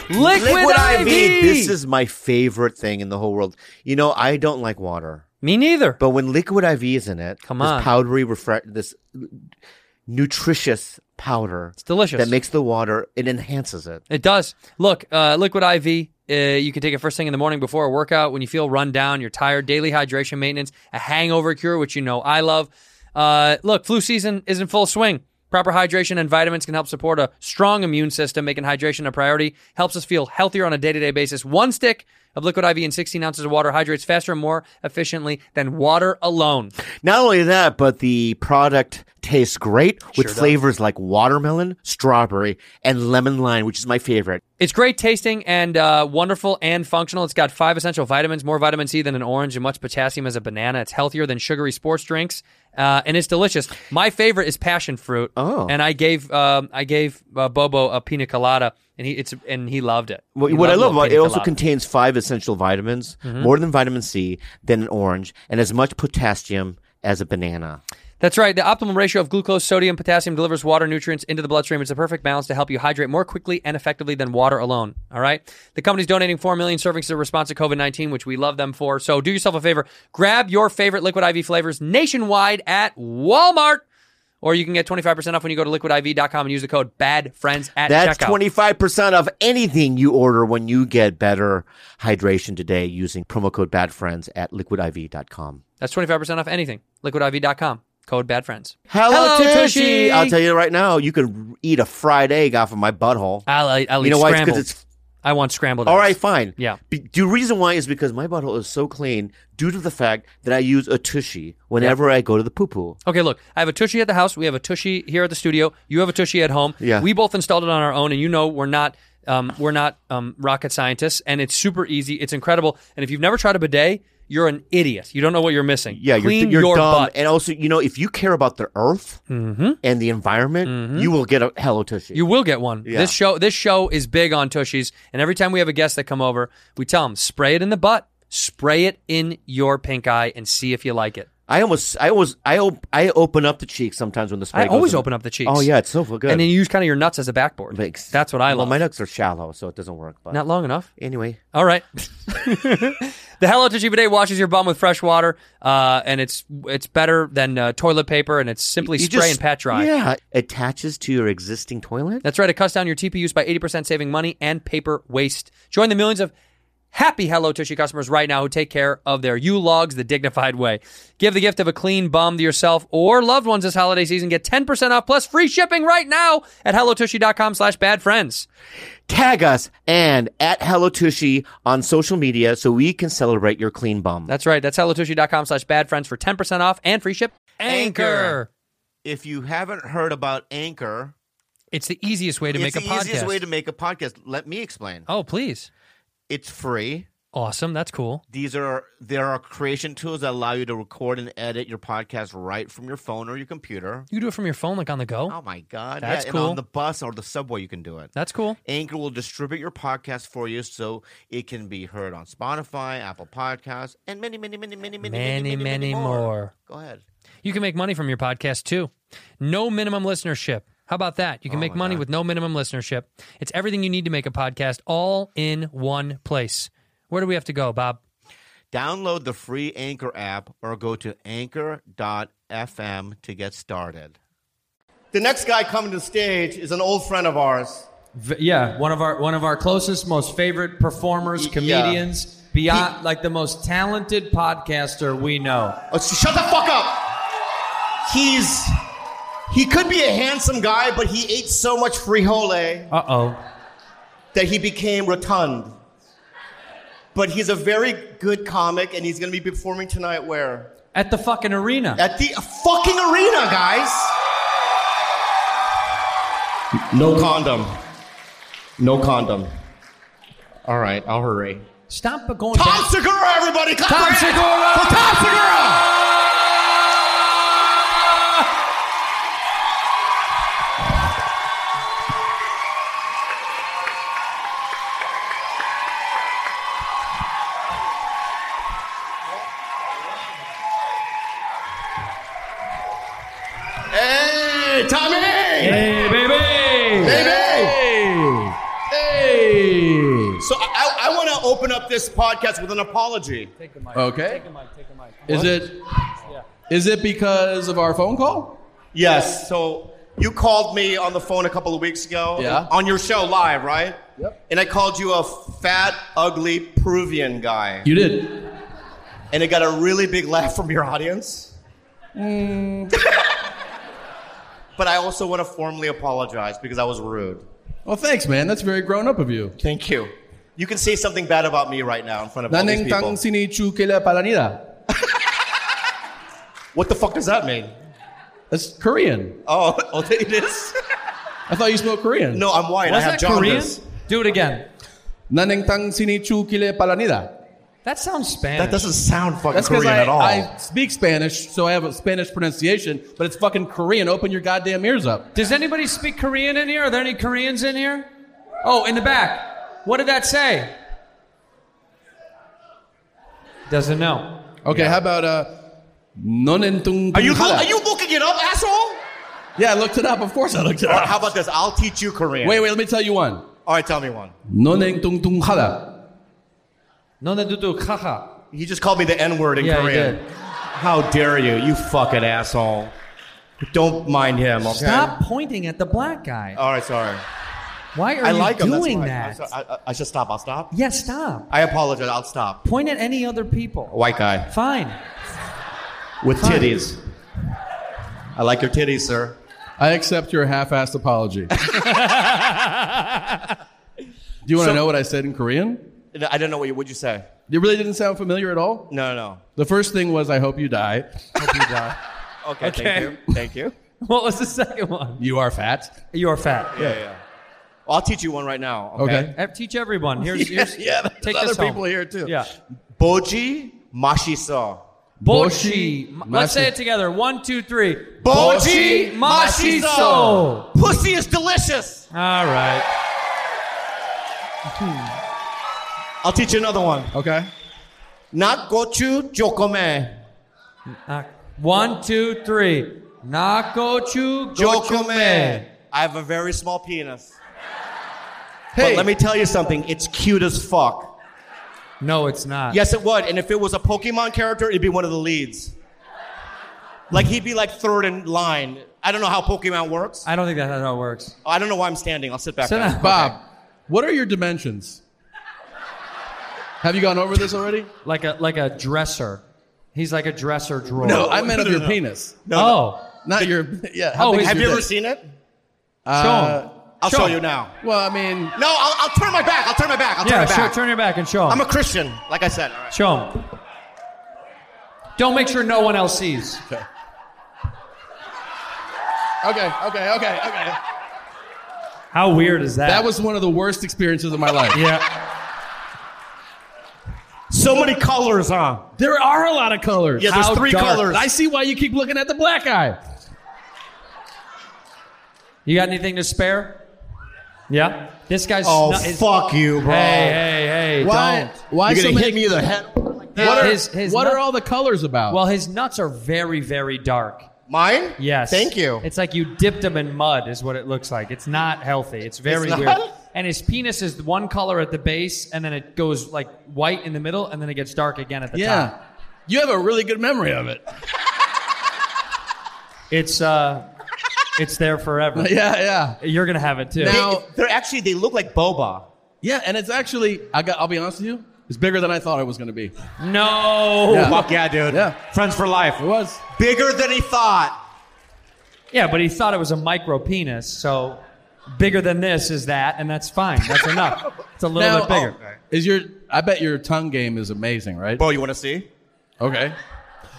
S4: This is my favorite thing in the whole world. You know, I don't like water.
S1: Me neither.
S4: But when liquid IV is in it,
S1: Come
S4: this
S1: on.
S4: powdery refresh, this nutritious powder. It's
S5: delicious.
S4: That makes the water. It enhances it.
S5: It does. Look, uh, Liquid IV. Uh, you can take it first thing in the morning before a workout when you feel run down, you're tired. Daily hydration maintenance, a hangover cure, which you know I love. Uh, look, flu season is in full swing. Proper hydration and vitamins can help support a strong immune system, making hydration a priority. Helps us feel healthier on a day to day basis. One stick of Liquid IV in 16 ounces of water hydrates faster and more efficiently than water alone.
S4: Not only that, but the product tastes great with
S5: Sure does.
S4: flavors like watermelon, strawberry, and lemon lime, which is my favorite.
S5: It's great tasting and uh, wonderful and functional. It's got five essential vitamins, more vitamin C than an orange, and much potassium as a banana. It's healthier than sugary sports drinks, uh, and it's delicious. My favorite is passion fruit. Oh, and I gave um, I gave uh, Bobo a pina colada, and he it's and he loved it.
S4: What,
S5: He
S4: what I love
S5: loved little
S4: about it,
S5: pina
S4: it also
S5: colada.
S4: contains five essential vitamins,
S5: Mhm.
S4: more than vitamin C, than an orange, and as much potassium as a banana.
S5: That's right. The optimal ratio of glucose, sodium, potassium delivers water nutrients into the bloodstream. It's the perfect balance to help you hydrate more quickly and effectively than water alone. All right. The company's donating 4 million servings in response to COVID 19, which we love them for. So do yourself a favor. Grab your favorite Liquid IV flavors nationwide at Walmart, or you can get 25% off when you go to liquidiv.com and use the code BADFRIENDS at
S4: That's
S5: checkout.
S4: twenty five percent of anything you order when you get better hydration today using promo code BadFriends at liquidiv.com.
S5: That's 25% off anything. Liquidiv.com. Code BADFRIENDS.
S4: Hello, Tushy. I'll tell you right now, you can eat a fried egg off of my butthole.
S5: I'll, eat- I'll
S4: you know
S5: eat
S4: why?
S5: scrambled.
S4: It's 'cause it's
S5: I want scrambled.
S4: all
S5: eggs.
S4: right. Fine.
S5: Yeah.
S4: Be- the reason why is because my butthole is so clean due to the fact that I use a Tushy whenever I go to the poo poo.
S5: Okay, look, I have a tushy at the house. We have a tushy here at the studio. You have a tushy at home.
S4: Yeah.
S5: We both installed it on our own, and you know we're not um, we're not um, rocket scientists, and it's super easy. It's incredible. And if you've never tried a bidet, you're an idiot. You don't know what you're missing.
S4: Yeah, you're,
S5: Clean
S4: you're
S5: your
S4: dumb.
S5: butt. Mm-hmm.
S4: And also, you know, if you care about the earth and the environment, you will get a Hello Tushy.
S5: You will get one.
S4: Yeah.
S5: This show this show is big on tushies, and every time we have a guest that come over, we tell them spray it in the butt, spray it in your pink eye, and see if you like it.
S4: I almost, I always, I, op- I open up the cheeks sometimes when the spray.
S5: I
S4: goes
S5: always
S4: in.
S5: open up the cheeks.
S4: Oh yeah, it's so good.
S5: And then you use kind of your nuts as a backboard. That's what I
S4: well,
S5: love.
S4: my ducks are shallow, so it doesn't work. But
S5: Not long enough.
S4: Anyway,
S5: All right. the Hello Tushy bidet washes your bum with fresh water, uh, and it's it's better than uh, toilet paper, and it's simply
S4: You
S5: spray
S4: just-
S5: and pat dry.
S4: Yeah, attaches to your existing toilet.
S5: That's right. It cuts down your TP use by 80%, saving money and paper waste. Join the millions of happy Hello Tushy customers right now who take care of their U logs the dignified way. Give the gift of a clean bum to yourself or loved ones this holiday season. Get 10% off plus free shipping right now at hellotushy.com slash bad friends.
S4: Tag us and at Hello Tushy on social media so we can celebrate your clean bum.
S5: That's right. That's hellotushy.com slash bad friends for 10% off and free ship.
S4: Anchor. If you haven't heard about Anchor,
S5: It's the easiest way to
S4: it's
S5: make a
S4: the easiest
S5: podcast.
S4: way to make a podcast. Let me explain.
S5: Oh, please.
S4: It's free.
S7: Awesome. That's cool.
S5: These are there are creation tools that allow you to record and edit your podcast right from your phone or your computer.
S7: You can do it from your phone, like on the go.
S5: Oh my god,
S7: that's
S5: yeah, and
S7: cool.
S5: on the bus or the subway, you can do it.
S7: That's cool.
S5: Anchor will distribute your podcast for you, so it can be heard on Spotify, Apple Podcasts, and many, many, many, many, many, many,
S7: many, many more.
S5: Go ahead.
S7: You can make money from your podcast too. No minimum listenership. How about that? You can make money with no minimum listenership. It's everything you need to make a podcast all in one place. Where do we have to go, Bob?
S5: Download the free Anchor app or go to anchor.fm to get started.
S4: The next guy coming to the stage is an old friend of ours.
S1: V- yeah, one of our one of our closest, most favorite performers, comedians, beyond like the most talented podcaster we know.
S4: Oh, shut the fuck up. He's he could be a handsome guy, but he ate so much frijole
S1: Uh oh.
S4: that he became rotund. But he's a very good comic, and he's going to be performing tonight where?
S1: At the fucking arena.
S4: At the fucking arena, guys. No condom. No condom. All right, I'll hurry.
S1: Stop going.
S4: Tom Segura, everybody, clap
S1: Tom
S4: your hands
S1: Segura!
S4: for Tom Segura. Hey, Tommy!
S8: Hey, baby!
S4: Baby!
S8: Hey!
S4: So I, I want to open up this podcast with an apology. Take the mic.
S8: Okay. Is
S4: What?
S8: it is it because of our phone call?
S4: Yes. So you called me on the phone a couple of weeks ago.
S8: Yeah.
S4: On your show live, right? Yep. And I called you a fat, ugly Peruvian guy.
S8: You did.
S4: And it got a really big laugh from your audience. Mm. But I also want to formally apologize because I was rude.
S8: Well, thanks, man. That's very grown up of you.
S4: Thank you. You can say something bad about me right now in front of all these
S8: Naneng
S4: people.
S8: tang sinichu kila palanira.
S4: What the fuck does that mean?
S8: That's Korean.
S4: Oh, oh, it is.
S8: I thought you spoke Korean.
S4: No, I'm white. I have jaundice.
S8: Do it again. Naneng tang sinichu kila palanira.
S1: That sounds Spanish.
S4: That doesn't sound fucking
S8: That's 'cause
S4: Korean
S8: I,
S4: at all.
S8: I speak Spanish, so I have a Spanish pronunciation, but it's fucking Korean. Open your goddamn ears up.
S1: Does anybody speak Korean in here? Are there any Koreans in here? Oh, in the back. What did that say? Doesn't know.
S8: Okay, how about uh, nonentung?
S4: Are you are you looking it up, asshole?
S8: Yeah, I looked it up. Of course, I looked it
S4: All right,
S8: up.
S4: how about this? I'll teach you Korean.
S8: Wait, wait. Let me tell you one.
S4: All right, tell me one.
S8: Nonentung hala.
S1: Nonentung haha.
S4: You just called me the N word in
S1: Yeah, he
S4: Korean.
S1: did.
S4: How dare you, you fucking asshole! Don't mind him. Okay?
S1: Stop pointing at the black guy.
S4: All right, sorry.
S1: Why are
S4: I
S1: you
S4: like him. that's
S1: doing
S4: why.
S1: that?
S4: I'm sorry. I, I, I should stop. I'll stop.
S1: Yeah, stop.
S4: I apologize. I'll stop.
S1: Point at any other people.
S4: White guy
S1: Fine.
S4: with
S1: Fine.
S4: titties. I like your titties, sir.
S8: I accept your half-assed apology. Do you want to
S4: So-
S8: know what I said in Korean?
S4: No, I don't know what you would you say.
S8: It really didn't sound familiar at all.
S4: No, no.
S8: The first thing was, "I hope you die."
S4: Okay.
S1: Okay.
S4: Thank you. Thank you.
S1: What was the second one?
S8: You are fat.
S1: You're fat.
S4: Yeah, yeah. Well, I'll teach you one right now.
S8: Okay.
S1: Eh, Teach everyone. Here's, here's
S8: Yeah, there's
S1: take
S8: other
S1: this home.
S8: people here too.
S1: Yeah.
S4: Boji Mashiso.
S1: Bochi.
S8: Bochi
S1: M- Let's say
S8: mashi-
S1: it together. One, two, three.
S4: Bochi
S1: mashi
S4: mashi-so.
S1: so.
S4: Pussy is delicious.
S1: All right.
S4: I'll teach you another one.
S8: Okay.
S4: Nakochu Jokome.
S1: Uh, one, two, three. Nakochu
S4: Jokome.
S1: gochume.
S4: I have a very small penis.
S8: Hey.
S4: But let me tell you something, it's cute as fuck.
S1: No, it's not.
S4: Yes, it would. And if it was a Pokemon character, it'd be one of the leads. Like, he'd be like third in line. I don't know how Pokemon works.
S1: I don't think that's how it works.
S4: I don't know why I'm standing. I'll sit back
S1: Sit
S4: down.
S1: down.
S8: Bob, what are your dimensions? Have you gone over this already?
S1: Like a like a dresser. He's like a dresser drawer.
S8: No, I meant of your penis,
S1: oh.
S8: not your. Yeah. how
S1: Oh,
S8: big
S1: is-
S8: is
S4: Have
S8: your
S4: you ever
S8: dick?
S4: seen it?
S8: Uh,
S1: show him.
S4: I'll
S1: Show
S4: show
S1: him.
S4: you now.
S8: Well, I mean,
S4: No, I'll, I'll turn my back. I'll turn my back. I'll turn
S1: Yeah,
S4: my
S1: sure.
S4: back.
S1: Turn your back and show him.
S4: I'm a Christian, like I said. All right.
S1: show him. Don't make sure no one else sees.
S8: okay, okay, okay, okay.
S1: How weird is that?
S8: That was one of the worst experiences of my life.
S1: yeah.
S4: so many colors on.
S14: There are a lot of colors.
S4: Yeah, there's
S14: How
S4: three
S14: dark.
S4: colors.
S14: I see why you keep looking at the black eye.
S8: You got anything to spare? Yeah. This guy's.
S14: Oh,
S8: snu- his-
S14: fuck you, bro.
S8: Hey, hey, hey!
S14: Why-
S8: Don't.
S14: why You're so gonna many- hit me in the head What are- what are all the colors about?
S8: Well, his nuts are very, very dark.
S4: Mine?
S8: Yes.
S4: Thank you.
S8: It's like you dipped them in mud, is what it looks like. It's not healthy. It's very
S4: It's
S8: weird.
S4: not?
S8: And his penis is one color at the base, and then it goes like white in the middle, and then it gets dark again at the
S14: yeah.
S8: top.
S14: You have a really good memory of it.
S8: It's uh, it's there forever.
S14: Yeah,
S8: yeah. You're gonna have it too.
S14: Now-
S4: They're actually they look like boba.
S14: Yeah, and it's actually I got I'll be honest with you, it's bigger than I thought it was gonna be.
S8: No.
S4: Fuck yeah, dude. Friends for life. It
S14: was.
S4: Bigger than he thought.
S8: Yeah, but he thought it was a micro penis, so bigger than this is that, and that's fine. That's enough. It's a little
S14: Now-
S8: bit bigger.
S14: oh, is your I bet your tongue game is amazing, right?
S4: Bro, you wanna see?
S14: Okay.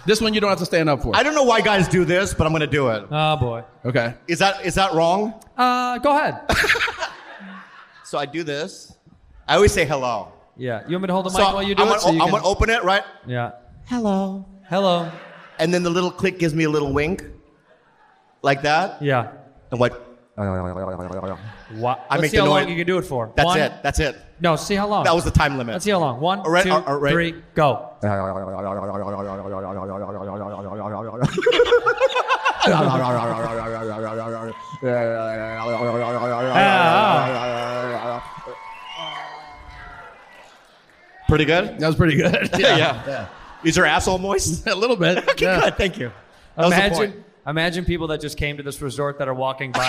S14: This one you don't have to stand up for.
S4: I don't know why guys do this, but I'm gonna do it.
S8: Oh boy.
S14: Okay.
S4: Is that is that wrong?
S8: Uh, go ahead.
S4: so I do this. I always say hello.
S8: Yeah. You want me to hold the
S4: So
S8: mic while you do
S4: I'm
S8: it?
S4: Gonna,
S8: so you
S4: I'm
S8: can-
S4: gonna open it right.
S8: Yeah.
S4: Hello.
S8: Hello.
S4: And then the little click gives me a little wink, like that.
S8: Yeah.
S4: And what?
S8: What?
S4: I
S8: Let's
S4: make
S8: see
S4: the
S8: how
S4: noise.
S8: long you can do it for.
S4: That's
S8: One-
S4: it. That's it.
S8: No, see how long.
S4: That was the time limit.
S8: Let's see how long. One, two, three,
S4: Alright, alright.
S8: go.
S4: Pretty good.
S14: That was pretty good.
S4: yeah, yeah. Is your asshole moist?
S14: a little bit.
S4: okay,
S8: Yeah.
S4: good. Thank you. That was the point.
S8: Imagine, imagine people that just came to this resort that are walking by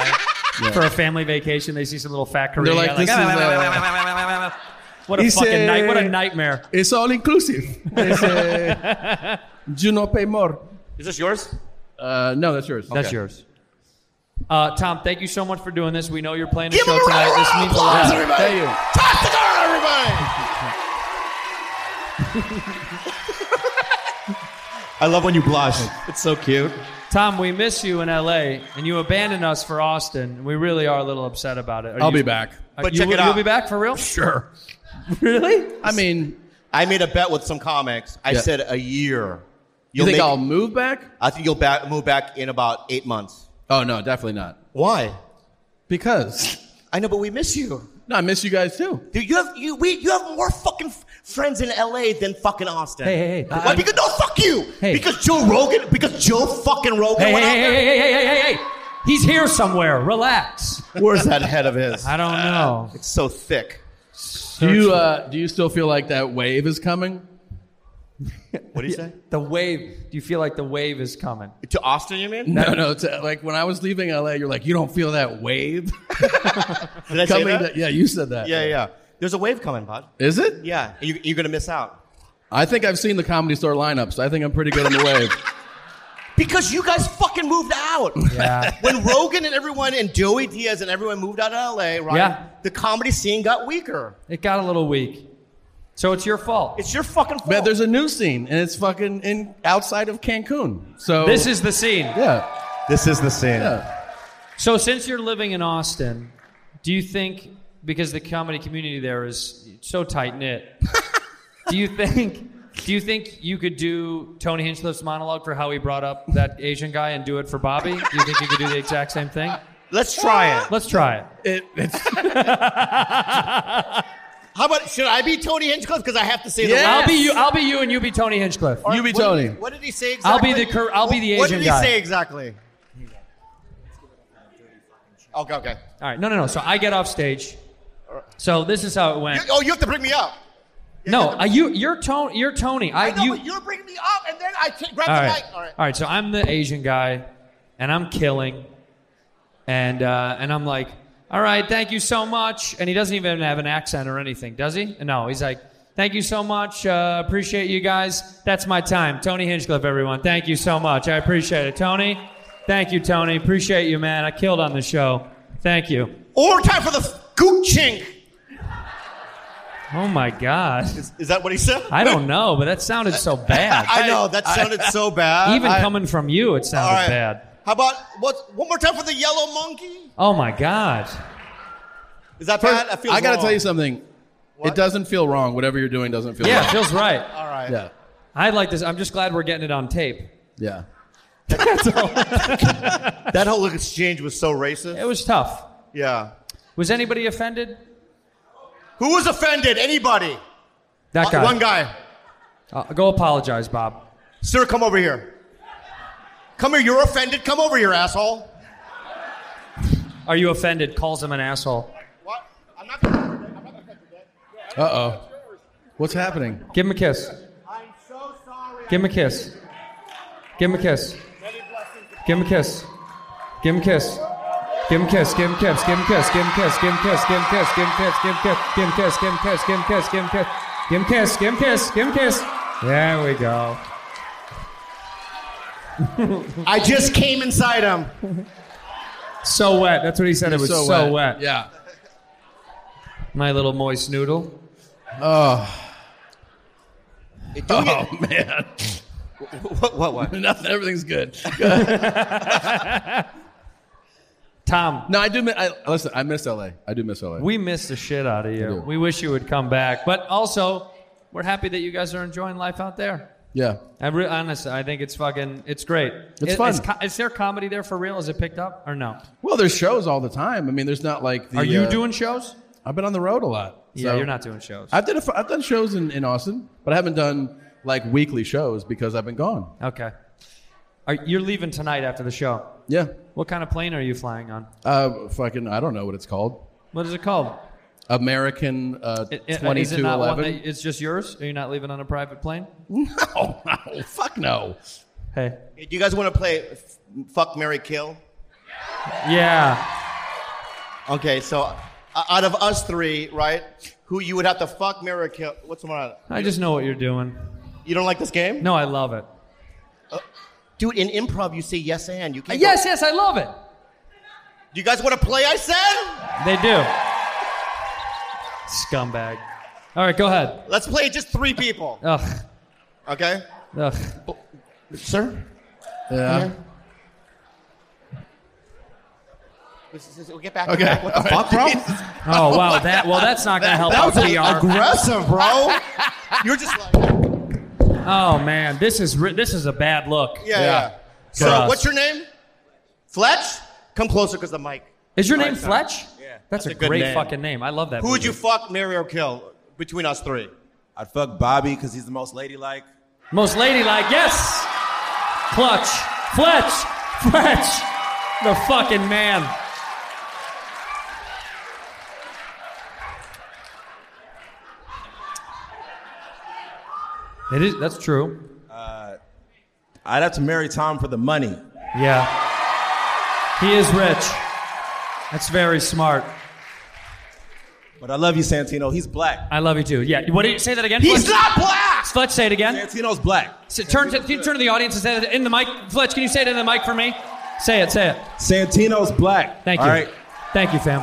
S8: for a family vacation. They see some little fat
S14: They're
S8: Korean
S14: like,
S8: guy, "Ah,
S14: "This is,
S8: what a
S14: He
S8: fucking
S14: said-
S8: night! What a nightmare!
S14: It's all inclusive. It's, uh, you no pay more.
S4: Is this yours?
S14: Uh, no, that's yours.
S8: That's yours. Uh, Tom, thank you so much for doing this. We know you're playing the
S14: Give
S8: show
S14: him a round
S8: tonight.
S14: of
S8: This means a
S14: applause,
S8: lot.
S14: everybody.
S8: Thank you.
S4: Toss the girl, everybody! I love when you blush. It's so cute.
S8: Tom, we miss you in LA, and you abandoned us for Austin. We really are a little upset about it. Are
S14: I'll
S8: you-
S14: be back.
S8: Uh,
S4: But
S8: you
S4: check
S8: will-
S4: it out.
S8: You'll be back for real?
S14: Sure.
S8: Really?
S14: I mean,
S4: I made a bet with some comics. I
S14: Yeah.
S4: said a year.
S14: you
S4: You'll
S14: think
S4: make-
S14: I'll move back?
S4: I think you'll back, move back in about eight months.
S14: Oh no, definitely not.
S4: Why?
S14: Because
S4: I know, but we miss you.
S14: no, I miss you guys too.
S4: Dude, you have you we you have more fucking f- friends in LA than fucking Austin.
S8: Hey, hey, hey.
S4: Why?
S8: I-
S4: because no, fuck you.
S8: Hey.
S4: Because Joe Rogan. Because Joe fucking Rogan.
S8: Hey, hey,
S4: went out
S8: hey,
S4: there.
S8: hey, hey, hey, hey, hey, hey! He's here somewhere. Relax. Uh,
S4: Where's that head of his?
S8: I don't know.
S4: It's so thick.
S14: Do you uh, do you still feel like that wave is coming?
S4: What do you say?
S8: The wave. Do you feel like the wave is coming?
S4: To Austin, you mean?
S14: No, no. It's, uh, like when I was leaving LA, you're like, you don't feel that wave
S4: Did I say
S14: coming.
S4: that?
S14: to- yeah, you said that.
S4: Yeah, yeah. There's a wave coming, bud.
S14: Is it?
S4: Yeah, you, you're gonna miss out
S14: I think I've seen the comedy store lineups. I think I'm pretty good on the wave.
S4: because you guys fucking moved out.
S8: Yeah.
S4: when Rogan and everyone and Joey Diaz and everyone moved out of LA, right?
S8: Yeah.
S4: The comedy scene got weaker.
S8: It got a little weak. So it's your fault.
S4: It's your fucking fault.
S14: Man, there's a new scene, and it's fucking in outside of Cancun. So
S8: This is the scene.
S14: yeah,
S4: this is the scene.
S14: yeah.
S8: So since you're living in Austin, do you think because the comedy community there is so tight knit, do you think do you think you could do Tony Hinchcliffe's monologue for how he brought up that Asian guy and do it for Bobby? Do you think you could do the exact same thing?
S4: Let's try it.
S8: Let's try it.
S14: It, it's,
S4: How about should I be Tony Hinchcliffe because I have to say the
S14: Yes.
S4: last?
S8: I'll be you. I'll be you, and you be Tony Hinchcliffe.
S14: you be
S4: What did-
S14: Tony.
S4: What did he say exactly?
S8: I'll be the cur- I'll be the
S4: What did
S8: Asian
S4: he
S8: guy.
S4: say exactly? Okay, okay.
S8: All right. No, no, no. So I get off stage. So this is how it went.
S4: You- oh, you have to bring me up.
S8: No, uh, you you're Tony. You're Tony. I,
S4: I know,
S8: you,
S4: but you're bringing me up, and then I t- grab
S8: all
S4: the
S8: right.
S4: mic. All right.
S8: All right. So I'm the Asian guy, and I'm killing, and uh, and I'm like, all right, thank you so much. And he doesn't even have an accent or anything, does he? No, he's like, thank you so much. Uh, appreciate you guys. That's my time. Tony Hinchcliffe, everyone. Thank you so much. I appreciate it, Tony. Thank you, Tony. Appreciate you, man. I killed on the show. Thank you.
S4: Or time for the f- goot chink.
S8: Oh my God.
S4: Is, is that what he said?
S8: I don't know, but that sounded so bad.
S4: I know that sounded so bad.
S8: Even
S4: I-
S8: coming from you, it
S4: all
S8: sounded
S4: right.
S8: bad.
S4: How about what? One more time for the yellow monkey.
S8: Oh my God.
S4: Is that
S14: First,
S4: bad? That feels
S14: I gotta
S4: wrong.
S14: tell you something.
S5: It doesn't feel wrong. Whatever you're doing doesn't feel
S8: yeah,
S5: wrong.
S8: it feels right.
S4: All right.
S5: Yeah.
S8: I like this. I'm just glad we're getting it on tape.
S5: Yeah.
S4: That whole exchange was so racist. It
S8: was tough.
S4: Yeah.
S8: Was anybody offended?
S4: Who was offended? Anybody?
S8: That
S4: Uh,
S8: guy.
S4: one guy.
S8: Uh, go apologize, Bob.
S4: Sir, come over here. Come here. You're offended. Come over here, asshole.
S8: Are you offended? Calls him an asshole.
S5: Uh oh. What's happening?
S8: Give him a kiss. Give him a kiss. Give him a kiss. Give him a kiss. Give him a kiss. Give him a kiss. Give him a kiss. Give him a kiss. Give him a kiss. Give him a kiss. Give him a kiss. Give him a kiss. Give him a kiss. Give him a kiss. Give him a kiss. Give him a kiss. Give him a kiss. Give him a kiss. Give him a kiss. Give him a kiss. There we go.
S4: I just came inside him.
S8: So wet. That's what he said. It was
S4: so
S8: so
S4: wet.
S8: wet.
S5: Yeah.
S8: My little moist noodle.
S5: Oh.
S8: Oh,
S5: man.
S8: What? What? What?
S5: Nothing. Everything's good.
S8: Tom.
S5: No, I do. mi- I, listen, I miss LA. I do miss LA.
S8: We miss the shit out of
S5: I
S8: you.
S5: do.
S8: We wish you would come back, but also we're happy that you guys are enjoying life out there.
S5: yeah.
S8: I re- honestly, I think it's fucking, it's great.
S5: It's
S8: Is-
S5: fun.
S8: Is, co- is there comedy there for real? Is it picked up or no?
S5: Well, there's shows all the time. I mean, there's not like. The,
S8: Are you
S5: uh,
S8: doing shows?
S5: I've been on the road a lot.
S8: Yeah,
S5: so-
S8: you're not doing shows.
S5: I've done a f- I've done shows in, in Austin, but I haven't done like weekly shows because I've been gone.
S8: Okay. Are, you're leaving tonight after the show.
S5: Yeah.
S8: What kind of plane are you flying on?
S5: Uh, fucking, I don't know what it's called.
S8: What is it called?
S5: American uh,
S8: It- it- is it
S5: twenty-two
S8: not one
S5: eleven.
S8: that- it's just yours? Are you not leaving on a private plane?
S5: No, no, fuck no.
S8: Hey.
S4: Do you guys want to play f- Fuck Mary Kill?
S8: Yeah.
S4: Okay, so uh, out of us three, right, who you would have to fuck Mary Kill? What's the matter?
S8: I just know what you're doing.
S4: You don't like this game?
S8: No, I love it.
S4: Dude, in improv, you say yes and. You can't go-
S8: Uh, Yes, yes, I love it.
S4: Do you guys want to play? I said.
S8: They do. Scumbag. All right, go ahead.
S4: Let's play just three people.
S8: Ugh.
S4: Okay.
S8: Ugh.
S4: Sir?
S5: Yeah.
S4: We'll get back.
S5: Okay.
S4: Back. What the
S5: All
S4: fuck, bro?
S8: Oh wow, that well that's not gonna help
S4: That was
S8: out PR.
S4: aggressive, bro. You're just like,
S8: Oh man, this is ri- this is a bad look.
S4: yeah, yeah. So, what's your name? Fletch? Come closer because the mic.
S8: Is your
S4: Right,
S8: name
S4: sir.
S8: Fletch?
S4: Yeah.
S8: That's, a,
S4: That's a good
S8: great
S4: name.
S8: fucking name. I love that.
S4: Who would
S8: movie.
S4: you fuck, marry, or kill between us three?
S15: I'd fuck Bobby because he's the most ladylike.
S8: Most ladylike, yes. Clutch. Fletch. Fletch. The fucking man. It is. That's true.
S15: Uh, I'd have to marry Tom for the money.
S8: Yeah. He is rich. That's very smart.
S15: But I love you, Santino. He's black.
S8: I love you too. Yeah. What did you say that again?
S15: He's
S8: Fletch?
S15: not black.
S8: Fletch, say it again.
S15: Santino's black.
S8: S- turn to can you turn to the audience and say that in the mic. Fletch, can you say it in the mic for me? Say it. Say it.
S15: Santino's black.
S8: Thank you.
S15: All right.
S8: Thank you, fam.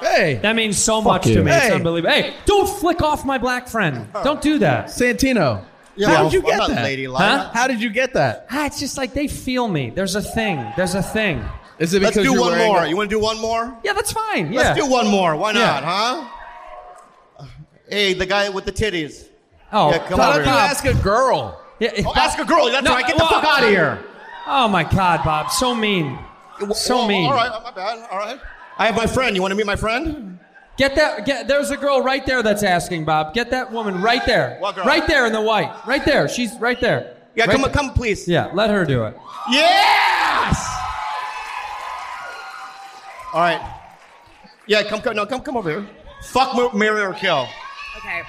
S5: Hey.
S8: That means so much
S5: you.
S8: to me. It's
S5: Hey.
S8: unbelievable. Hey, don't flick off my black friend. Don't do that.
S5: Santino.
S8: Yeah,
S5: How
S8: well,
S5: did you
S8: I'm
S5: get
S8: not
S5: that?
S8: ladylike. Huh?
S5: How did you get that?
S8: Ah, it's just like they feel me. There's a thing. There's a thing.
S5: Is it
S4: Let's do one more. You want to do one more?
S8: Yeah, that's fine.
S4: Let's
S8: yeah.
S4: do one more. Why
S8: Yeah.
S4: not, huh? Hey, the guy with the titties.
S8: Oh,
S4: yeah, come
S8: Bob.
S4: over here.
S5: ask a girl.
S8: Yeah,
S4: Oh, ask a girl. That's right. Get the fuck out of here.
S8: Oh my God, Bob. So mean. So
S4: Well,
S8: mean.
S4: All right, my bad. All right. I have my friend. You want to meet my friend?
S8: Get that. Get, there's a girl right there that's asking, Bob. Get that woman right there.
S4: What girl?
S8: Right there in the white. Right there. She's right there.
S4: Yeah,
S8: Right
S4: come,
S8: there.
S4: come, please.
S8: Yeah, let her do it.
S4: Yes. All right. Yeah, come, come, no, come, come over here. Fuck, mar- marry, or kill.
S6: Okay.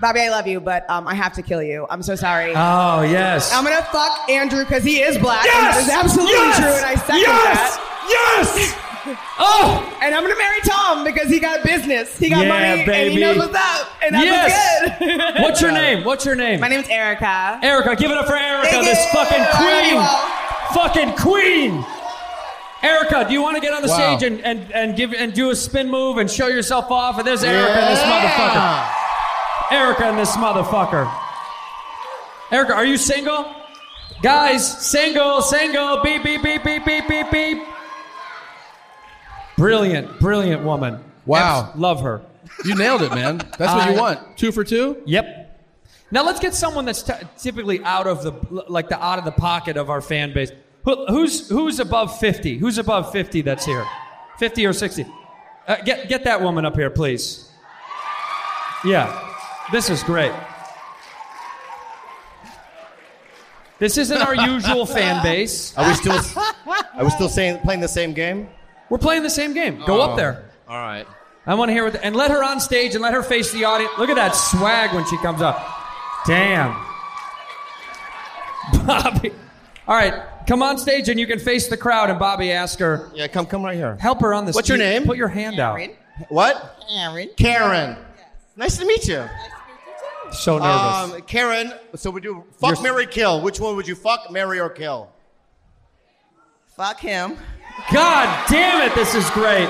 S6: Bobby, I love you, but um, I have to kill you. I'm so sorry.
S8: Oh, yes.
S6: I'm gonna fuck Andrew because he is black. and that is absolutely
S8: Yes!
S6: true, and I second
S8: Yes!
S6: that.
S8: Yes! oh!
S6: And I'm gonna marry Tom because he got business. He got
S8: Yeah,
S6: money and
S8: baby.
S6: he knows what's up. And I'm
S8: Yes!
S6: good.
S8: What's your name? What's your name?
S6: My name's Erica.
S8: Erica. Give it up for Erica,
S6: Thank
S8: this
S6: you.
S8: fucking
S6: I love you
S8: queen.
S6: all.
S8: Fucking queen. Erica, do you want to get on the
S6: Wow.
S8: stage and, and, and give and do a spin move and show yourself off? And there's Erica in this
S4: Yeah.
S8: motherfucker. Erica in this motherfucker. Erica, are you single? Guys, single, single, beep, beep, beep, beep, beep, beep, beep. Brilliant, brilliant woman.
S5: Wow.
S8: Abs- love her.
S5: You nailed it, man. That's what you
S8: I-
S5: want. Two for two?
S8: Yep. Now let's get someone that's t- typically out of the like the out of the pocket of our fan base. Who, who's who's above 50? Who's above 50 that's here? 50 or 60? Uh, get get that woman up here, please. Yeah. This is great. This isn't our usual fan base.
S4: Are we still are we still saying, playing the same game?
S8: We're playing the same game. Go up there.
S4: Oh. All right.
S8: I want to hear what, and let her on stage and let her face the audience. Look at that swag when she comes up. Damn, Bobby. All right, come on stage and you can face the crowd. And Bobby, ask her.
S4: Yeah, come, come right here.
S8: Help her on the.
S4: What's your
S8: stage.
S4: name?
S8: Put your hand out.
S4: What?
S16: Aaron.
S4: Karen. Nice to meet you.
S8: So nervous.
S4: Um, Karen, so would you fuck,
S8: You're-
S4: Mary, kill? Which one would you fuck, marry, or kill?
S16: Fuck him.
S8: God damn it! This is great.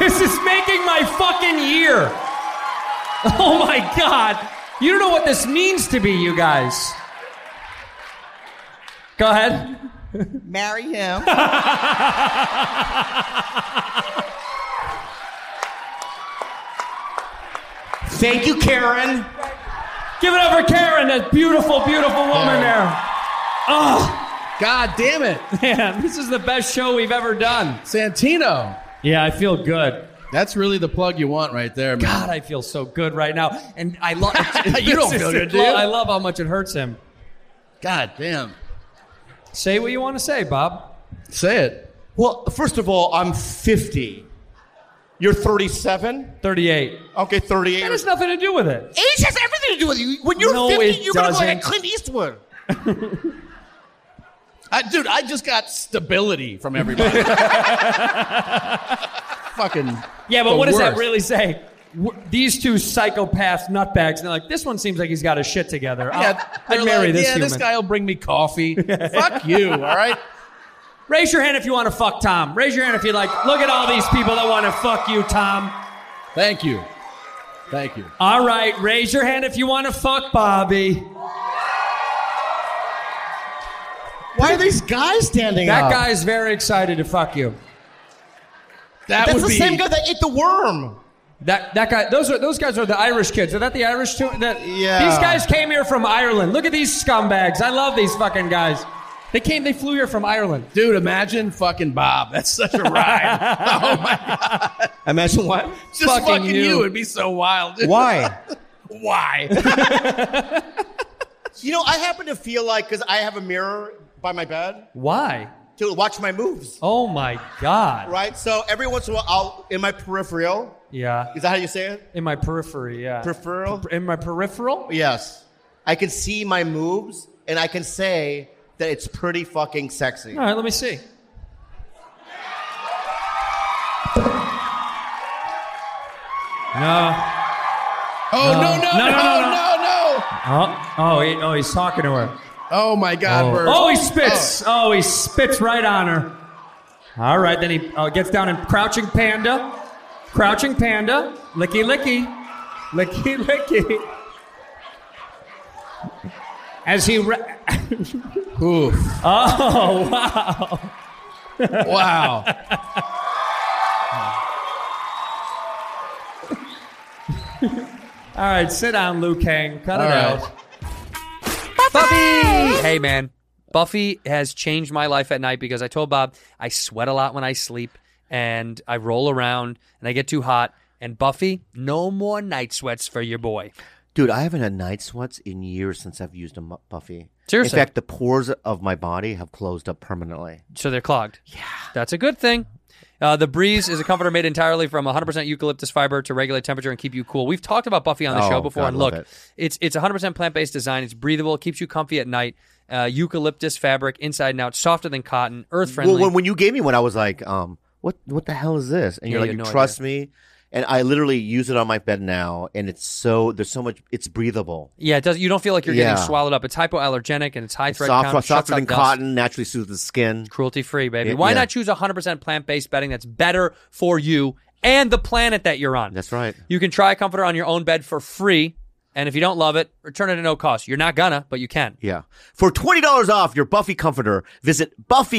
S8: This is making my fucking year. Oh my god! You don't know what this means to be, you guys. Go ahead.
S16: Marry him.
S8: Thank you, Karen. Give it up for Karen, that beautiful, beautiful woman there. Oh,
S5: God damn it.
S8: Man, this is the best show we've ever done.
S5: Santino.
S8: Yeah, I feel good.
S5: That's really the plug you want right there, man.
S8: God, I feel so good right now. And I love
S5: You don't feel good, dude.
S8: I love how much it hurts him.
S5: God damn.
S8: Say what you want to say, Bob.
S5: Say it.
S4: Well, first of all, I'm 50. You're 37?
S8: 38.
S4: Okay, 38. That
S8: has nothing to do with it.
S4: Age has everything to do with you. When you're
S8: No,
S4: 50,
S8: it
S4: you're going to look like
S8: doesn't.
S4: Clint Eastwood.
S5: I, dude, I just got stability from everybody. Fucking.
S8: Yeah, but
S5: the
S8: what does that
S5: worst.
S8: really say? W- These two psychopath nutbags, and they're like, this one seems like he's got his shit together. I'll-
S5: Yeah,
S8: I'd
S5: they're
S8: marry
S5: like,
S8: this
S5: yeah,
S8: human.
S5: this guy will bring me coffee. Fuck you, all right?
S8: Raise your hand if you want to fuck Tom. Raise your hand if you like. Look at all these people that want to fuck you, Tom.
S5: Thank you. Thank you.
S8: All right, raise your hand if you want to fuck Bobby.
S4: Why are these guys standing
S8: that
S4: up?
S8: guy's very excited to fuck you.
S5: That
S4: That's the same guy that ate the worm.
S8: That that guy. Those are those guys are the Irish kids. Are that the Irish too? That,
S4: Yeah.
S8: These guys came here from Ireland. Look at these scumbags. I love these fucking guys. They came. They flew here from Ireland.
S5: Dude, imagine fucking Bob. That's such a ride.
S4: Imagine what?
S5: Just fucking, you. would be so wild. dude.
S4: Why?
S5: Why?
S4: You know, I happen to feel like, because I have a mirror by my bed
S8: Why?
S4: to watch my moves,
S8: Oh my god.
S4: right? So every once in a while, I'll, in my peripheral,
S8: Yeah.
S4: is that how you say it?
S8: In my periphery. Yeah.
S4: Peripheral?
S8: In my peripheral.
S4: Yes. I can see my moves and I can say that it's pretty fucking sexy.
S8: All right. Let me see. No.
S5: Oh,
S8: No.
S5: no, no, no,
S8: No, no, no,
S5: no, no,
S8: no.
S5: no.
S8: Oh. Oh. He, oh. He's talking to her.
S5: Oh, my God,
S8: Oh,
S5: Bird.
S8: Oh, he spits. Oh. he spits right on her. All right, then he uh, gets down in crouching panda, crouching panda, licky licky, licky licky. As he, ra-
S5: Oof.
S8: oh wow,
S5: Wow.
S8: all right, sit down, Liu Kang, cut
S5: All
S8: it
S5: right.
S8: out.
S7: Buffy! Hey, man. Buffy has changed my life at night because I told Bob I sweat a lot when I sleep and I roll around and I get too hot. And Buffy, no more night sweats for your boy.
S17: Dude, I haven't had night sweats in years since I've used a mu- Buffy.
S7: Seriously?
S17: In fact, the pores of my body have closed up permanently.
S7: So they're clogged. Yeah. That's a good thing. Uh, the Breeze is a comforter made entirely from 100% eucalyptus fiber to regulate temperature and keep you cool. We've talked about Buffy on the
S17: Oh,
S7: show before,
S17: God,
S7: and
S17: love
S7: look,
S17: it.
S7: it's it's 100% plant based design. It's breathable, it keeps you comfy at night. Uh, eucalyptus fabric inside and out, softer than cotton, earth friendly.
S17: Well, when, when you gave me one, I was like, um, what what the hell is this? And
S7: Yeah,
S17: you're
S7: you
S17: like,
S7: had
S17: you
S7: no
S17: trust me. And I literally use it on my bed now, and it's so there's so much. It's breathable.
S7: Yeah, it does. You don't feel like you're
S17: Yeah.
S7: getting swallowed up. It's hypoallergenic and it's high thread
S17: Soft-
S7: count. It shuts
S17: softer
S7: out
S17: than
S7: dust.
S17: cotton, naturally soothes the skin.
S7: Cruelty free, baby.
S17: Yeah,
S7: Why
S17: yeah.
S7: not choose 100% plant based bedding that's better for you and the planet that you're on?
S17: That's right.
S7: You can try a comforter on your own bed for free.
S8: And if you don't love it, return it at no cost. You're not gonna, but you can.
S18: Yeah. For $20 off your Buffy comforter, visit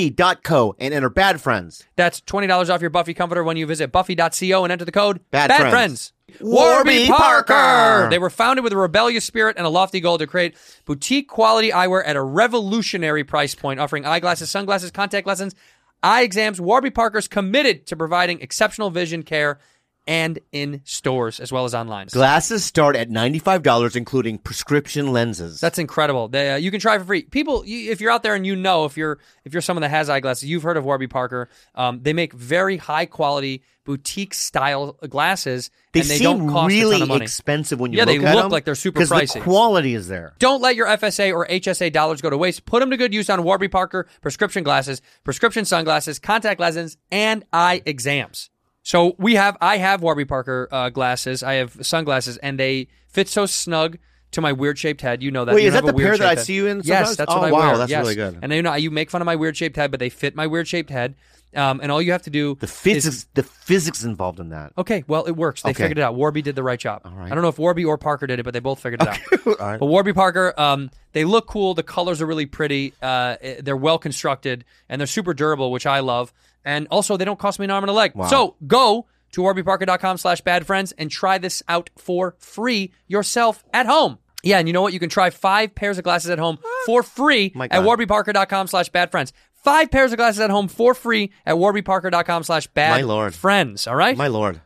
S18: buffy.co and enter bad friends.
S8: That's $20 off your Buffy comforter when you visit buffy.co and enter the code
S18: Bad Friends.
S8: Warby
S18: Warby
S8: Parker.
S18: Parker.
S8: They were founded with a rebellious spirit and a lofty goal to create boutique quality eyewear at a revolutionary price point, offering eyeglasses, sunglasses, contact lenses, eye exams. Warby Parker's committed to providing exceptional vision care and in stores as well as online.
S18: Glasses start at $95, including prescription lenses.
S8: That's incredible. They, uh, you can try for free. People, you, if you're out there and you know, if you're if you're someone that has eyeglasses, you've heard of Warby Parker. Um, they make very high quality boutique style glasses,
S18: They
S8: and they
S18: seem
S8: don't cost a ton
S18: really
S8: of money.
S18: expensive when you
S8: yeah,
S18: look
S8: they
S18: at
S8: look
S18: them,
S8: like they're super
S18: 'cause
S8: pricey.
S18: The quality is there.
S8: Don't let your FSA or HSA dollars go to waste. Put them to good use on Warby Parker prescription glasses, prescription sunglasses, contact lenses, and eye exams. So we have, I have Warby Parker uh, glasses. I have sunglasses, and they fit so snug to my weird shaped head. You know that.
S18: Wait,
S8: You
S18: is
S8: have
S18: that
S8: a
S18: the pair
S8: weird-shaped
S18: that I
S8: head.
S18: see you in
S8: Yes,
S18: sometimes?
S8: that's what
S18: Oh,
S8: I
S18: wow,
S8: wear.
S18: that's
S8: yes.
S18: really good.
S8: And you know, you make fun of my weird shaped head, but they fit my weird shaped head. Um, and all you have to do
S18: the physics, the physics involved in that.
S8: Okay, well, it works. They
S18: Okay.
S8: figured it out. Warby did the right job. I don't know if Warby or Parker did it, but they both figured it out.
S18: All right.
S8: But Warby Parker, um, they look cool. The colors are really pretty. Uh, eh, they're well constructed and they're super durable, which I love. And also, they don't cost me an arm and a leg.
S18: Wow.
S8: So go to warbyparker.com slash bad friends and try this out for free yourself at home. Yeah, and you know what? You can try five pairs of glasses at home for free at warbyparker.com slash bad friends. Five pairs of glasses at home for free at warbyparker.com slash bad
S18: My lord.
S8: friends. All right?
S18: My lord.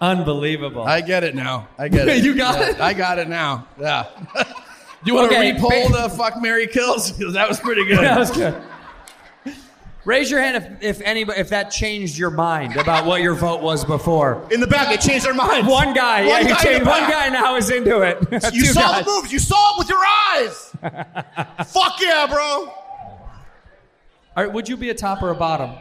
S19: Unbelievable.
S5: I get it now. I get it.
S19: You got
S5: Yeah,
S19: it?
S5: I got it now. Yeah. you want to
S19: Okay,
S5: repoll the fuck Mary kills? 'Cause that was pretty good.
S19: That was good. Raise your hand if if anybody if that changed your mind about what your vote was before.
S4: In the back, they changed their minds.
S19: One guy, yeah,
S4: One
S19: you
S4: guy in
S19: changed-
S4: the
S19: one
S4: back.
S19: guy now is into it.
S4: You
S19: Two
S4: saw
S19: guys.
S4: the moves. You saw it with your eyes. Fuck yeah, bro.
S19: All right, would you be a top or a bottom?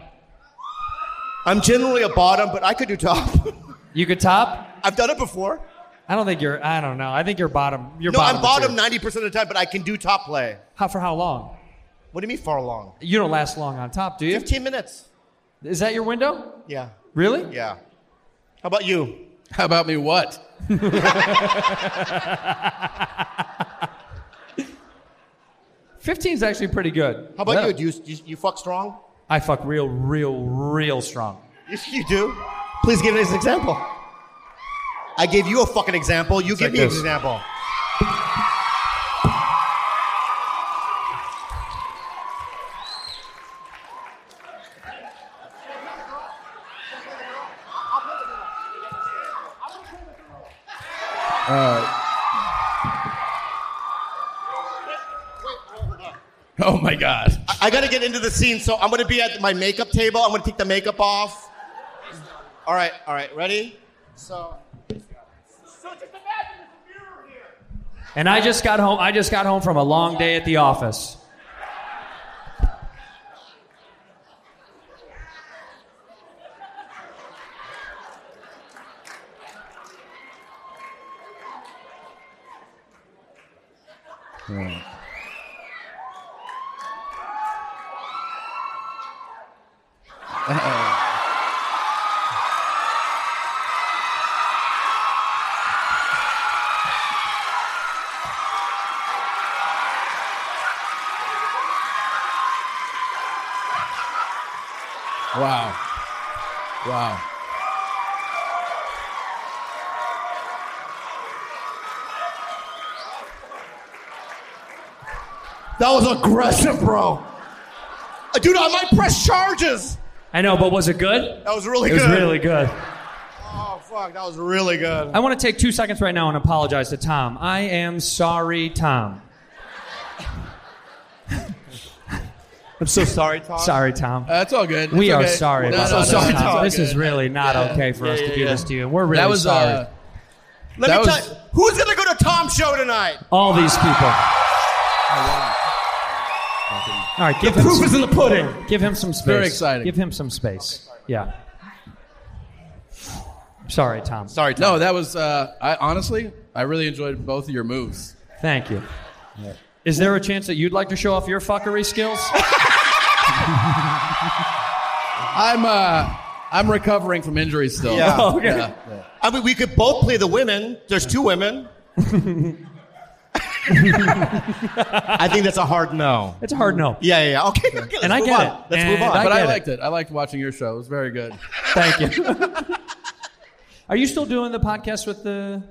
S4: I'm generally a bottom, but I could do top.
S19: You could top.
S4: I've done it before.
S19: I don't think you're. I don't know. I think you're bottom. You're
S4: no,
S19: bottom.
S4: I'm bottom
S19: too.
S4: 90% of the time, but I can do top play.
S19: How for how long?
S4: What do you mean far long?
S19: You don't last long on top, do you?
S4: 15 minutes.
S19: Is that your window?
S4: Yeah.
S19: Really?
S4: Yeah. How about you?
S5: How about me? What?
S19: Fifteen is actually pretty good.
S4: How about
S19: Yeah.
S4: you? Do you, you? you fuck strong?
S19: I fuck real, real, real strong.
S4: Yes, you do. Please give us an example. I gave you a fucking example. You give
S19: like
S4: me an
S19: this.
S4: example.
S5: Oh my God.
S4: I, I got to get into the scene, so I'm going to be at my makeup table. I'm going to take the makeup off. All right, all right, ready? So.
S19: And I just got home. I just got home from a long day at the office.
S5: Wow. Wow.
S4: That was aggressive, bro. Uh, Dude, I might press charges.
S19: I know, but was it good?
S4: That was really
S19: it was
S4: good.
S19: really good.
S4: Oh, fuck, that was really good.
S19: I want to take two seconds right now and apologize to Tom. I am sorry, Tom.
S4: I'm so sorry, Tom.
S19: Sorry, Tom.
S5: Uh, it's all good.
S19: we
S5: It's
S19: are
S5: okay.
S19: sorry.
S5: No,
S19: about
S5: no,
S19: that,
S5: no, it's
S19: Tom.
S5: all
S19: This
S5: good.
S19: is really not
S5: Yeah.
S19: okay for us
S5: Yeah,
S19: to do
S5: yeah,
S19: this
S5: yeah.
S19: to you. We're really
S5: that was,
S19: sorry.
S5: Uh,
S4: Let
S5: That
S4: me
S5: was-
S4: tell you, who's going to go to Tom's show tonight?
S19: All these people. All right, give
S4: The
S19: him
S4: proof
S19: some-
S4: is in the pudding.
S19: Give him some space.
S5: Very exciting.
S19: Give him some space. yeah. Sorry, Tom.
S4: Sorry, Tom.
S5: no, that was. Uh, I honestly, I really enjoyed both of your moves.
S19: Thank you. Is there a chance that you'd like to show off your fuckery skills?
S5: I'm. Uh, I'm recovering from injuries still.
S4: Yeah.
S19: okay.
S4: I mean, we could both play the women. There's two women. I think that's a hard no.
S8: It's a hard no.
S4: Yeah, yeah, yeah. Okay, okay let's move on. Let's move on.
S5: But I, liked it. I liked watching your show. It was very good.
S8: Thank you. Are you still doing the podcast with the,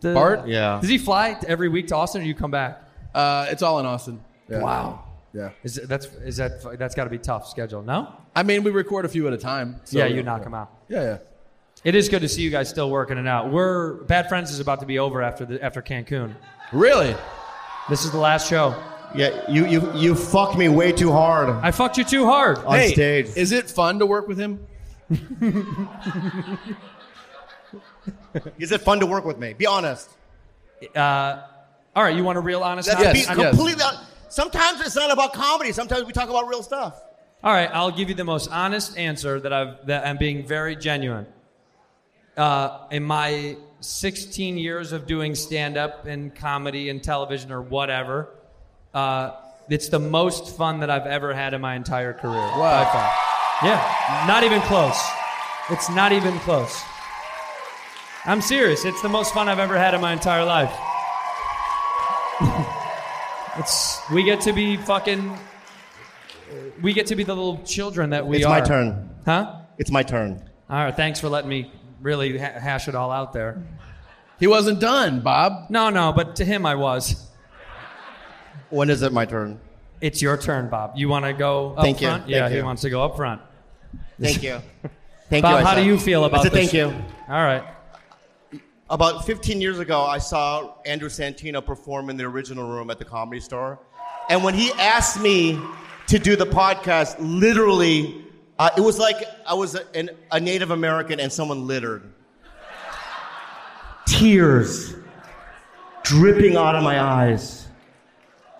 S8: the
S5: Bart? Yeah.
S8: Does he fly t- every week to Austin, or you come back?
S5: Uh, it's all in Austin. Yeah.
S8: Wow.
S5: Yeah.
S8: Is it- that's is that that's got to be tough schedule? No.
S5: I mean, we record a few at a time. so-
S8: yeah, you knock him out.
S5: Yeah, yeah.
S8: It is good to see you guys still working it out. We're Bad Friends is about to be over after the after Cancun.
S5: Really?
S8: This is the last show.
S4: Yeah, you you you fucked me way too hard.
S8: I fucked you too hard
S4: on
S5: Hey,
S4: stage.
S5: Is it fun to work with him?
S4: Is it fun to work with me? Be honest.
S8: Uh, all right, you want a real honest?
S4: Let's
S8: honest?
S4: be completely. hon- Sometimes it's not about comedy. Sometimes we talk about real stuff.
S8: All right, I'll give you the most honest answer that I've that I'm being very genuine. Uh, in my 16 years of doing stand up and comedy and television or whatever, uh, it's the most fun that I've ever had in my entire career. By far. Yeah, not even close. It's not even close. I'm serious. It's the most fun I've ever had in my entire life. it's we get to be fucking we get to be the little children that we
S4: it's my
S8: are.
S4: turn.
S8: Huh?
S4: It's my turn.
S8: All right, thanks for letting me really ha- hash it all out there.
S5: He wasn't done, Bob.
S8: No, no, but to him I was.
S4: When is it my turn?
S8: It's your turn, Bob. You want to go up
S4: Thank you,
S8: front?
S4: thank
S8: yeah, he
S4: you.
S8: wants to go up front.
S4: Thank you. Thank
S8: Bob,
S4: you. I
S8: how do
S4: said.
S8: you feel about
S4: I said
S8: this?
S4: Thank you.
S8: All right.
S4: About 15 years ago, I saw Andrew Santino perform in the original room at the Comedy Store, and when he asked me to do the podcast, literally, uh, it was like I was a, an, a Native American and someone littered. Tears dripping out of my eyes.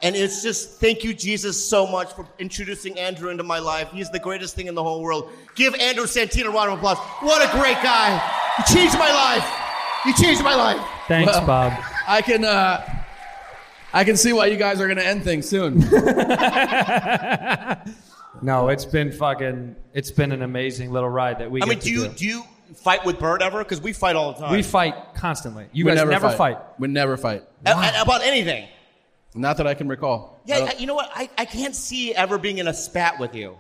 S4: And it's just thank you, Jesus, so much for introducing Andrew into my life. He's the greatest thing in the whole world. Give Andrew Santino a round of applause. What a great guy. You changed my life. You changed my life.
S8: Thanks,
S5: Well,
S8: Bob.
S5: I can uh, I can see why you guys are going to end things soon.
S8: No, it's been fucking. It's been an amazing little ride that we.
S4: I
S8: get
S4: mean,
S8: to
S4: do you, do you fight with Bird ever? Because we fight all the time.
S8: We fight constantly. You
S5: We
S8: guys never, fight.
S5: We never fight.
S4: A- a- about anything.
S5: Not that I can recall. I,
S4: Yeah,
S5: don't-
S4: I- you know what? I, I can't see ever being in a spat with you.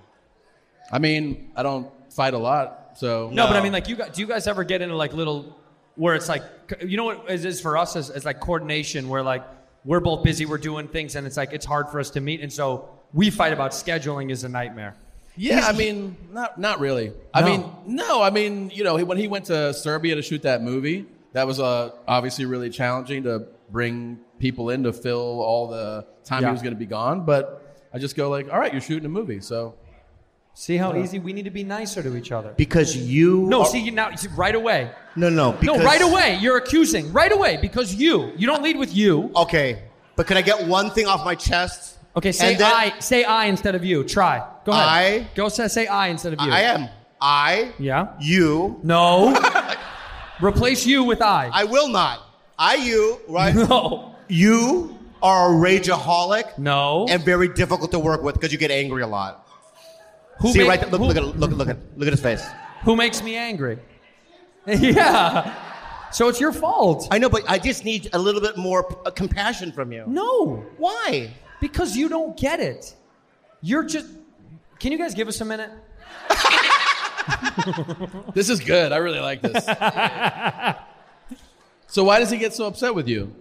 S5: I mean, I don't fight a lot, so
S8: No, but I mean, like, you guys, do you guys ever get into like little where it's like, you know what it is for us is, is like coordination where like we're both busy, we're doing things, and it's like it's hard for us to meet, and so we fight about scheduling is a nightmare.
S5: Yeah, I mean, not not really. I
S8: No.
S5: mean, no, I mean, you know, when he went to Serbia to shoot that movie, that was uh, obviously really challenging to bring people in to fill all the time
S8: Yeah.
S5: he was going to be gone. But I just go like, all right, you're shooting a movie, so
S8: See how easy we need to be nicer to each other.
S4: Because you.
S8: No, see you now you see, right away.
S4: No, no.
S8: no, right away. You're accusing right away because you you don't lead with you.
S4: Okay, but can I get one thing off my chest?
S8: Okay, say
S4: And then-
S8: I say I instead of you. Try. Go ahead.
S4: I-
S8: go say, say I instead of you.
S4: I am. I.
S8: Yeah.
S4: You.
S8: No. Replace you with I.
S4: I will not. I, you, right?
S8: No.
S4: You are a rageaholic.
S8: No.
S4: And very difficult to work with because you get angry a lot.
S8: Who
S4: See
S8: made-
S4: right look,
S8: who-
S4: look at look look at look at his face.
S8: Who makes me angry? yeah. So it's your fault.
S4: I know, but I just need a little bit more p- uh, compassion from you.
S8: No.
S4: Why?
S8: Because you don't get it. You're just. Can you guys give us a minute?
S5: this is good. I really like this. so why does he get so upset with you?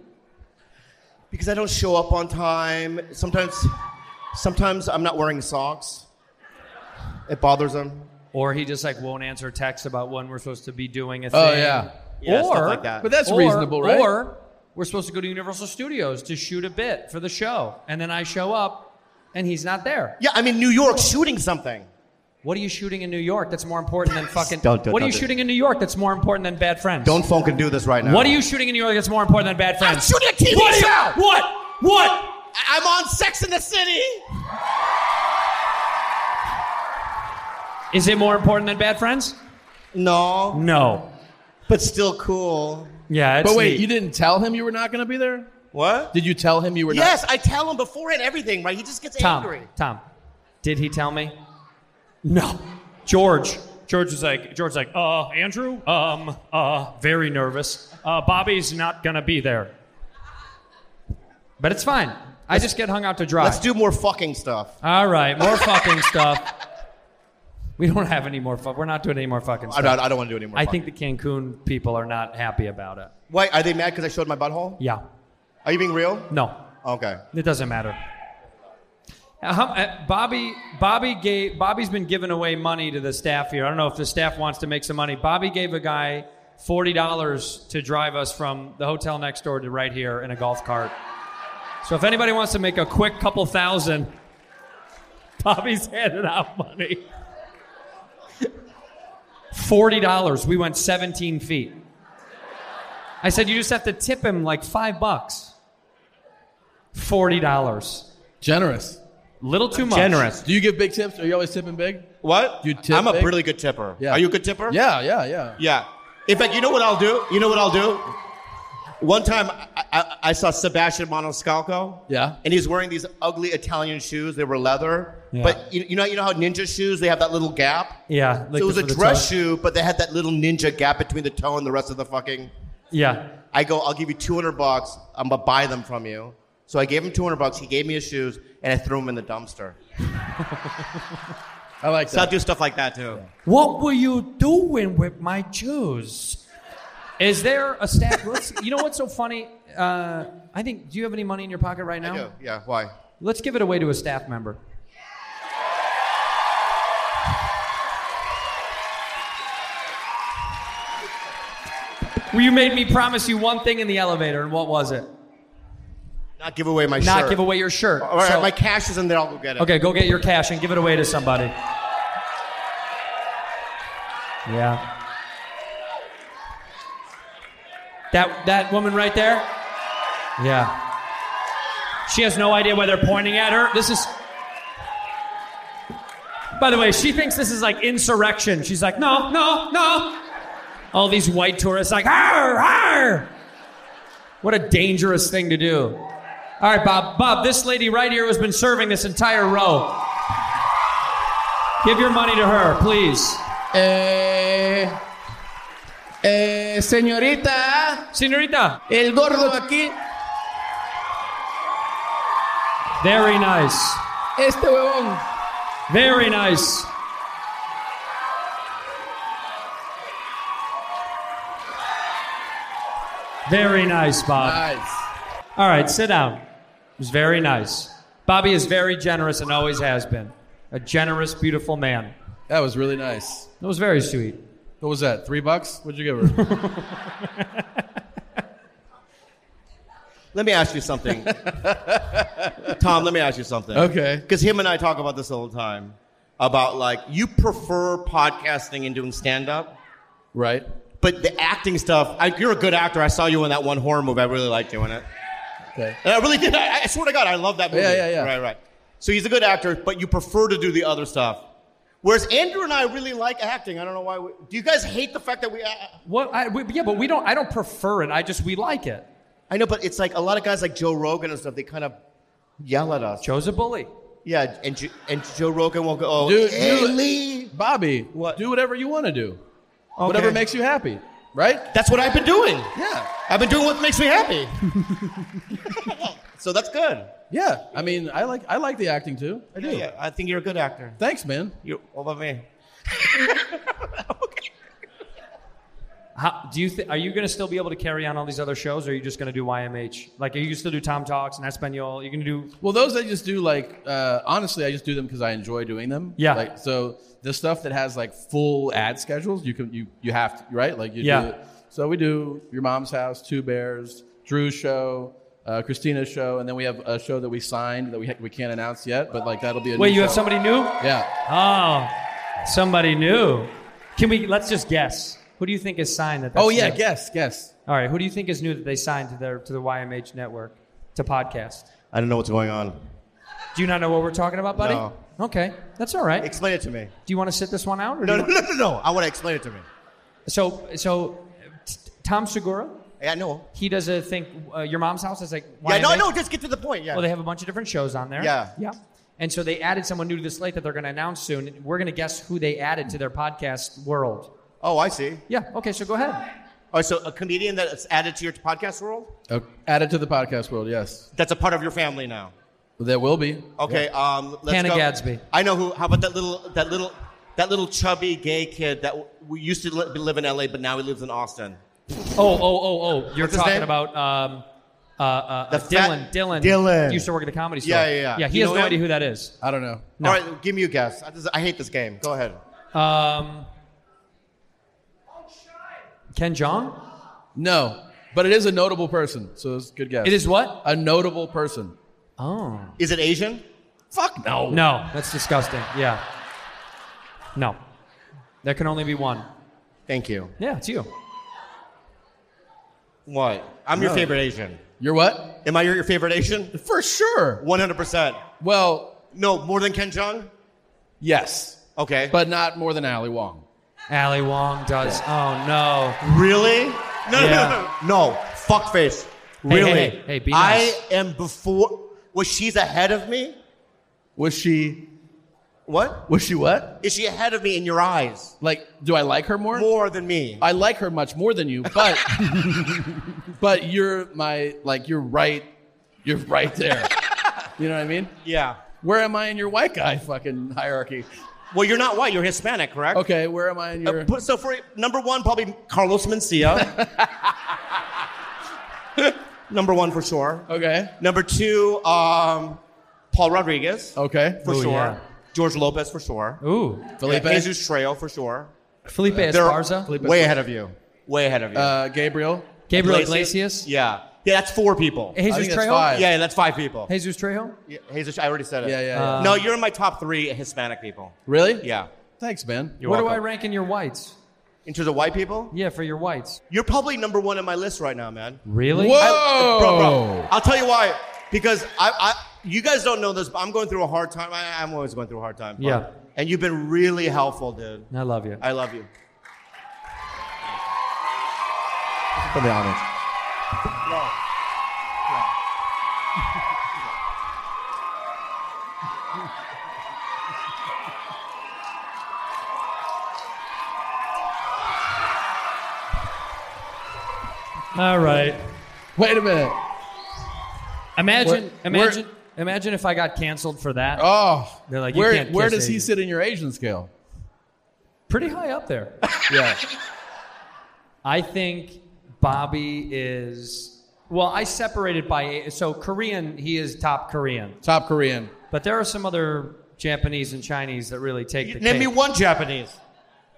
S4: Because I don't show up on time. Sometimes, sometimes I'm not wearing socks. It bothers him.
S8: Or he just like won't answer texts about when we're supposed to be doing a thing.
S5: Oh, yeah.
S4: Yeah,
S8: or
S4: stuff like that. But
S5: that's
S8: or-
S5: reasonable, right?
S8: Or we're supposed to go to Universal Studios to shoot a bit for the show, and then I show up, and he's not there.
S4: Yeah, I'm in New York shooting something.
S8: What are you shooting in New York? That's more important than fucking.
S4: Don't- don't-
S8: what are you
S4: don't do-
S8: shooting in New York? That's more important than Bad Friends.
S4: Don't fucking do this right now.
S8: What are you shooting in New York that's more important than Bad Friends?
S4: I'm shooting a TV
S8: what are you-
S4: show!
S8: What? What?
S4: I'm on Sex in the City.
S8: Is it more important than Bad Friends?
S4: No,
S8: No.
S4: but still cool.
S8: Yeah. It's
S5: but wait,
S8: neat.
S5: you didn't tell him you were not going to be there.
S4: What?
S5: Did you tell him you were not?
S4: Yes, I tell him beforehand everything. Right? He just gets
S8: Tom.
S4: angry.
S8: Tom. Did he tell me? No. George. George was like, George's like, uh, Andrew, um, uh, very nervous. Uh, Bobby's not gonna be there. But it's fine. I just get hung out to dry.
S4: Let's do more fucking stuff.
S8: All right, more fucking stuff. We don't have any more fuck. We're not doing any more fucking
S4: I
S8: stuff.
S4: don't- I don't wanna do any more
S8: I think the Cancun people are not happy about it.
S4: Why are they mad because I showed my butthole?
S8: Yeah.
S4: Are you being real?
S8: No.
S4: Okay.
S8: It doesn't matter. Uh, how- uh, Bobby, Bobby gave, Bobby's been giving away money to the staff here. I don't know if the staff wants to make some money. Bobby gave a guy forty dollars to drive us from the hotel next door to right here in a golf cart. So if anybody wants to make a quick couple thousand, Bobby's handed out money. Forty dollars. We went seventeen feet. I said you just have to tip him like five bucks. Forty dollars.
S5: Generous.
S8: Little too much.
S5: Do you give big tips? Are you always tipping big?
S4: What?
S5: You tip
S4: I'm a
S5: big?
S4: really good tipper.
S5: Yeah.
S4: Are you a good tipper?
S5: Yeah, yeah, yeah.
S4: Yeah. In fact, you know what I'll do? You know what I'll do? One time I, I, I saw Sebastian Maniscalco.
S5: Yeah.
S4: And he's wearing these ugly Italian shoes. They were leather.
S8: Yeah.
S4: But you, you know you know how ninja shoes they have that little gap?
S8: Yeah, like
S4: so it was
S8: the-
S4: a
S8: for the
S4: dress
S8: toe.
S4: shoe, but they had that little ninja gap between the toe and the rest of the fucking
S8: Yeah.
S4: I go, I'll give you 200 bucks. I'm going to buy them from you. So I gave him 200 bucks. He gave me his shoes and I threw them in the dumpster.
S5: I like
S4: so I'll do stuff like that too.
S8: What were you doing with my Jews? Is there a staff? Let's, you know what's so funny? Uh, I think. Do you have any money in your pocket right now?
S4: I do. Yeah. Why?
S8: Let's give it away to a staff member. Well, you made me promise you one thing in the elevator, and what was it?
S4: Not give away my
S8: Not
S4: shirt.
S8: give away your shirt.
S4: All right,
S8: So-
S4: my cash is in there. I'll go get it.
S8: Okay, go get your cash and give it away to somebody. Yeah. That that woman right there? Yeah. She has no idea why they're pointing at her. This is By the way, she thinks this is like insurrection. She's like, "No, no, no." All these white tourists like, "Har, har." What a dangerous thing to do. All right, Bob. Bob, this lady right here has been serving this entire row. Give your money to her, please.
S5: Eh, eh, señorita.
S8: Señorita.
S5: El gordo aquí.
S8: Very nice.
S5: Este huevón.
S8: Very nice. Very nice, Bob. All right, sit down. It was very nice. Bobby is very generous and always has been. A generous, beautiful man.
S5: That was really nice.
S8: That was very sweet.
S5: What was that? Three bucks? What'd you give her?
S4: Let me ask you something. Tom, let me ask you something.
S5: Okay.
S4: Because him and I talk about this all the time about like, you prefer podcasting and doing stand up.
S5: Right.
S4: But the acting stuff, I, you're a good actor. I saw you in that one horror movie. I really liked doing it.
S5: Okay.
S4: And I really did. I, I swear to God, I love that movie.
S5: Yeah, yeah, yeah.
S4: Right, right. So he's a good actor, but you prefer to do the other stuff. Whereas Andrew and I really like acting. I don't know why. We, do you guys hate the fact that we? Uh,
S8: What? I, we, yeah, but we don't. I don't prefer it. I just we like it.
S4: I know, but it's like a lot of guys like Joe Rogan and stuff. They kind of yell at us.
S8: Joe's a bully.
S4: Yeah, and Jo- and Joe Rogan won't go. Oh,
S5: Dude,
S4: hey,
S5: you-
S4: Lee.
S5: Bobby, what? do whatever you want to do. Whatever makes you happy, right?
S4: That's what I've been doing.
S5: Yeah.
S4: I've been doing what makes me happy. so that's good.
S5: Yeah. I mean, I like I like the acting too. I do.
S4: Yeah, yeah, I think you're a good actor.
S5: Thanks, man.
S4: You all about me.
S8: How, do you thi- are you going to still be able to carry on all these other shows, or are you just going to do YMH? Like, are you gonna still do Tom Talks and Espanol? You're going to do
S5: Well, those I just do like uh, honestly, I just do them because I enjoy doing them.
S8: Yeah.
S5: Like so, the stuff that has like full ad schedules, you can you you have to right like you
S8: Yeah.
S5: do. It. So we do your mom's house, two bears, Drew's show. Uh, Christina's show, and then we have a show that we signed that we ha- we can't announce yet, but like that'll be a
S8: Wait,
S5: new
S8: you have
S5: show.
S8: somebody new?
S5: Yeah,
S8: Oh, somebody new. Can we? Let's just guess. Who do you think is signed that? That's
S5: Oh, yeah,
S8: new?
S5: guess, guess.
S8: All right, who do you think is new that they signed to their to the YMH network to podcast?
S4: I don't know what's going on.
S8: Do you not know what we're talking about, buddy?
S4: No.
S8: Okay, that's all right.
S4: Explain it to me.
S8: Do you want to sit this one out? Or
S4: No,
S8: do
S4: no,
S8: you
S4: no, no, no. I want to explain it to me.
S8: So, so t- Tom Segura.
S4: Yeah, I know.
S8: He does a thing. Uh, your mom's house is like.
S4: Yeah, no,
S8: YMH?
S4: no. Just get to the point. Yeah.
S8: Well, they have a bunch of different shows on there.
S4: Yeah.
S8: Yeah. And so they added someone new to the slate that they're going to announce soon. We're going to guess who they added to their podcast world.
S4: Oh, I see.
S8: Yeah. Okay. So go ahead.
S4: Oh, so a comedian that's added to your podcast world?
S5: Oh, added to the podcast world, yes.
S4: That's a part of your family now.
S5: There will
S8: Oh,
S5: be.
S4: Okay. Um, let's
S5: Hannah
S4: go.
S5: Gadsby.
S4: I know who. How about that little that little that little chubby gay kid that w- we used to li- live in L.A. but now he lives in Austin.
S8: Oh, oh, oh, oh. You're
S4: What's his
S8: talking
S4: name?
S8: about um, uh, uh,
S4: The
S8: uh, Dylan.
S4: fat-
S8: Dylan.
S4: Dylan.
S8: Used to work at the comedy store.
S4: Yeah, yeah, yeah.
S8: Yeah. He
S4: You
S8: has
S4: know
S8: no
S4: him?
S8: idea who that is.
S5: I don't know.
S8: No.
S4: All right, give me a guess. I, just- I hate this game. Go ahead.
S8: Um, Ken Jong?
S5: No, but it is a notable person, so it's a good guess.
S8: It is what?
S5: A notable person.
S8: Oh.
S4: Is it Asian?
S5: Fuck no.
S8: No, that's disgusting. Yeah. No. There can only be one.
S4: Thank you.
S8: Yeah, it's you.
S4: What? I'm your
S5: No.
S4: favorite Asian.
S5: You're what?
S4: Am I your, your favorite Asian?
S5: For sure.
S4: 100%.
S5: Well,
S4: no, more than Ken Jong?
S5: Yes.
S4: Okay.
S5: But not more than Ali Wong.
S8: Ali Wong does. Oh, no.
S4: Really? No,
S8: Yeah.
S4: no, no, no. No, fuckface.
S8: Hey,
S4: Really?
S8: hey, hey, hey, be nice.
S4: I am before. Was she's ahead of me?
S5: Was she?
S4: What?
S5: Was she what?
S4: Is she ahead of me in your eyes?
S5: Like, do I like her more?
S4: More than me.
S5: I like her much more than you, but but you're my like you're right, you're right there. you know what I mean?
S4: Yeah.
S5: Where am I in your white guy fucking hierarchy?
S4: Well, you're not white. You're Hispanic, correct?
S5: Okay. Where am I in your?
S4: Uh, but- so for number one, probably Carlos Mencia. number one for sure.
S5: Okay.
S4: Number two, um, Paul Rodriguez.
S5: Okay.
S4: For
S8: Ooh,
S4: sure.
S8: yeah.
S4: George Lopez for sure.
S8: Ooh.
S5: Felipe?
S4: Yeah, Jesus Trail for sure.
S8: Felipe
S4: They're
S8: Esparza?
S4: Way ahead of you. Way ahead of you.
S5: Uh, Gabriel.
S8: Gabriel Iglesias?
S4: Yeah. Yeah, that's four people.
S8: Jesus I think that's Trejo? five.
S4: Yeah, that's five people.
S8: Jesus Trejo?
S4: Yeah, Jesus, I already said it.
S5: Yeah, yeah, yeah.
S4: no, you're in my top three Hispanic people.
S5: Uh, Really?
S4: Yeah.
S5: Thanks, man.
S4: You're
S8: Where do I
S4: welcome.
S8: rank in your whites?
S4: In terms of white people?
S8: Yeah, for your whites.
S4: You're probably number one on my list right now, man.
S8: Really?
S4: I- bro, bro, I'll tell you why. Because I, I, you guys don't know this, but I'm going through a hard time. I, I'm always going through a hard time. but-
S8: Yeah.
S4: And you've been really helpful, dude.
S8: I love you.
S4: I love you.
S20: From the audience.
S8: All right.
S5: Wait a minute.
S8: Imagine,
S5: Where-
S8: imagine, imagine if I got canceled for that.
S5: Oh,
S8: They're like, you
S5: where
S8: can't
S5: where
S8: kiss
S5: does he
S8: Asians.
S5: sit in your Asian scale?
S8: Pretty high up there.
S5: Yeah.
S8: I think Bobby is. Well, I separated by so Korean. He is top Korean,
S5: Top Korean.
S8: but there are some other Japanese and Chinese that really take the
S4: Name me
S8: cake.
S4: one Japanese.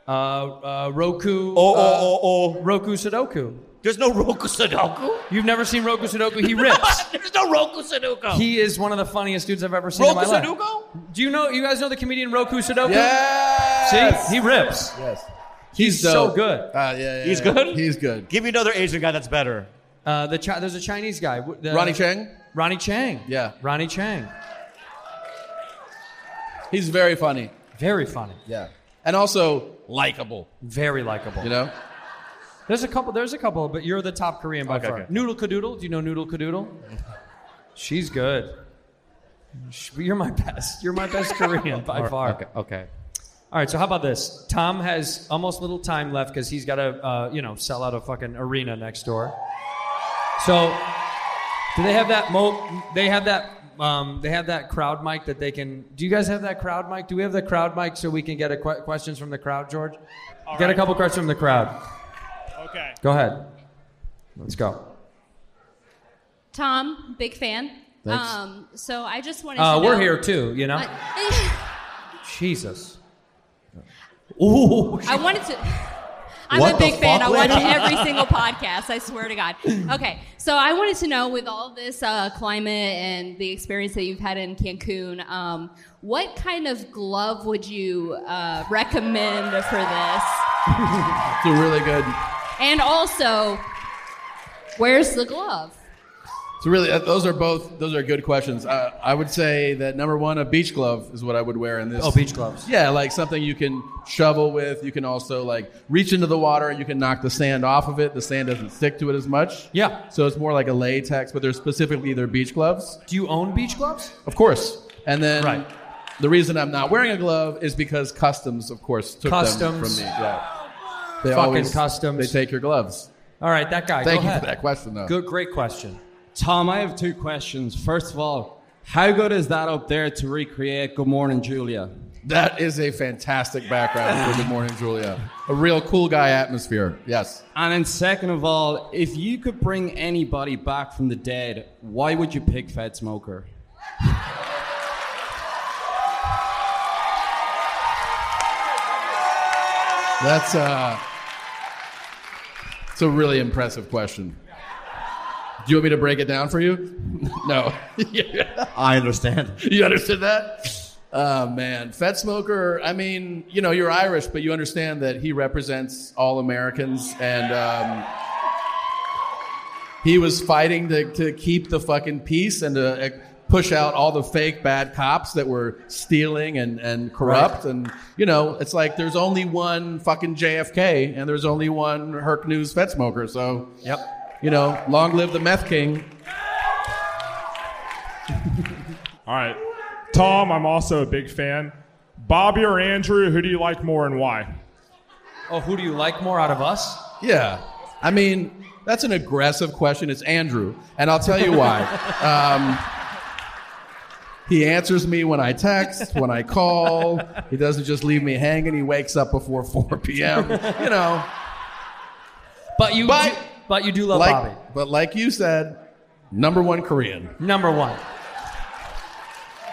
S8: Uh, uh, Roku.
S4: Oh,
S8: uh,
S4: oh, oh, oh.
S8: Roku Sudoku.
S4: There's no Roku Sudoku.
S8: You've never seen Roku Sudoku? He rips.
S4: There's no Roku Sudoku.
S8: he is one of the funniest dudes I've ever seen in
S4: Roku
S8: my life.
S4: Sudoku?
S8: Do you know? You guys know the comedian Roku Sudoku?
S5: Yes.
S8: See, he rips.
S5: Yes.
S8: He's, so
S5: dope.
S8: good.
S5: Uh, yeah, yeah,
S4: He's
S5: yeah.
S4: good?
S5: He's good.
S4: Give me another Asian guy that's better.
S8: Uh, the chi- there's a Chinese guy. w- the-
S5: Ronnie Chang.
S8: Ronnie Chang.
S5: Yeah.
S8: Ronnie Chang.
S5: He's very funny.
S8: Very funny.
S5: Yeah. And also likable.
S8: Very likable.
S5: You know.
S8: There's a couple. There's a couple, but you're the top Korean by far. Noodle Kadoodle. Do you know Noodle Kadoodle? She's good. Sh- You're my best. You're my best Korean by far.
S21: Okay. okay.
S8: All right. So how about this? Tom has almost little time left because he's got to, uh, you know, sell out a fucking arena next door. So do they have that mo? They have that. Um, they have that crowd mic that they can. Do you guys have that crowd mic? Do we have the crowd mic so we can get a que- questions from the crowd, George? get a
S22: right.
S8: couple questions from the crowd.
S22: Okay.
S8: Go ahead. Let's go.
S1: Tom, big fan.
S8: Thanks.
S1: Um, so I just wanted
S8: Uh,
S1: to.
S8: we're
S1: know-
S8: here too, you know?
S1: I,
S8: Jesus. Ooh.
S1: I wanted to. I'm
S8: What
S1: a
S8: the
S1: big fan.
S8: fuck,
S1: I watch
S8: lady?
S1: every single podcast. I swear to God. Okay, so I wanted to know, with all this uh, climate and the experience that you've had in Cancun, um, what kind of glove would you uh, recommend for this?
S5: You're really good.
S1: And also, where's the glove?
S5: So really, uh, those are both. Those are good questions. Uh, I would say that number one, a beach glove is what I would wear in this.
S8: Oh, beach gloves.
S5: Yeah, like something you can shovel with. You can also like reach into the water. You can knock the sand off of it. The sand doesn't stick to it as much.
S8: Yeah.
S5: So it's more like a latex, but they're specifically their beach gloves.
S8: Do you own beach gloves?
S5: Of course. And then the reason I'm not wearing a glove is because customs, of course, took them
S8: Customs.
S5: from me. Yeah.
S8: Fucking customs.
S5: They take your gloves.
S8: All right, that guy.
S5: Thank
S8: go
S5: you
S8: ahead.
S5: for that question, though.
S8: Good, great question.
S23: Tom, I have two questions. First of all, how good is that up there to recreate Good Morning Julia?
S5: That is a fantastic background for Good Morning Julia. A real cool guy atmosphere. Yes.
S23: And then, second of all, if you could bring anybody back from the dead, why would you pick Fed Smoker?
S5: That's uh It's a really impressive question. Do you want me to break it down for you? no.
S4: I understand.
S5: you understood that? Oh man, Fed Smoker. I mean, you know, you're Irish, but you understand that he represents all Americans, and um, he was fighting to, to keep the fucking peace and to uh, push out all the fake bad cops that were stealing and and corrupt. And you know, it's like there's only one fucking JFK, and there's only one Herc News Fed Smoker. So, yep. You know, long live the meth king.
S24: All right. Tom, I'm also a big fan. Bobby or Andrew, who do you like more and why?
S8: Oh, who do you like more out of us?
S5: Yeah. I mean, that's an aggressive question. It's Andrew. And I'll tell you why. um, he answers me when I text, when I call. He doesn't just leave me hanging. He wakes up before 4 p.m. You know.
S8: But you
S5: but,
S8: but you do love
S5: like,
S8: Bobby.
S5: But like you said, number one Korean.
S8: Number one.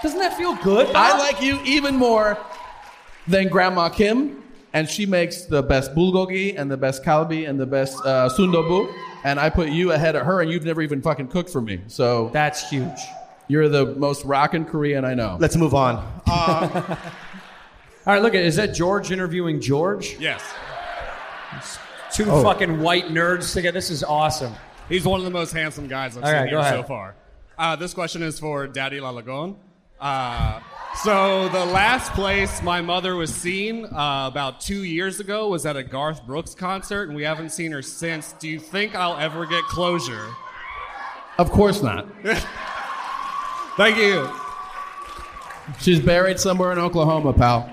S8: Doesn't that feel good?
S5: I like you even more than Grandma Kim, and she makes the best bulgogi and the best kalbi and the best uh, sundobu, and I put you ahead of her, and you've never even fucking cooked for me. So
S8: that's huge.
S5: You're the most rockin' Korean I know.
S4: Let's move on.
S8: All right, look at is that George interviewing George?
S24: Yes.
S8: Two
S24: Oh.
S8: fucking white nerds together. This is awesome.
S25: He's one of the most handsome guys I've
S8: All
S25: seen
S8: right, go
S25: here so
S8: ahead.
S25: far. Uh, this question is for Daddy Lalagon. Uh, so the last place my mother was seen uh, about two years ago was at a Garth Brooks concert, and we haven't seen her since. Do you think I'll ever get closure?
S5: Of course not.
S25: Thank you.
S5: She's buried somewhere in Oklahoma, pal.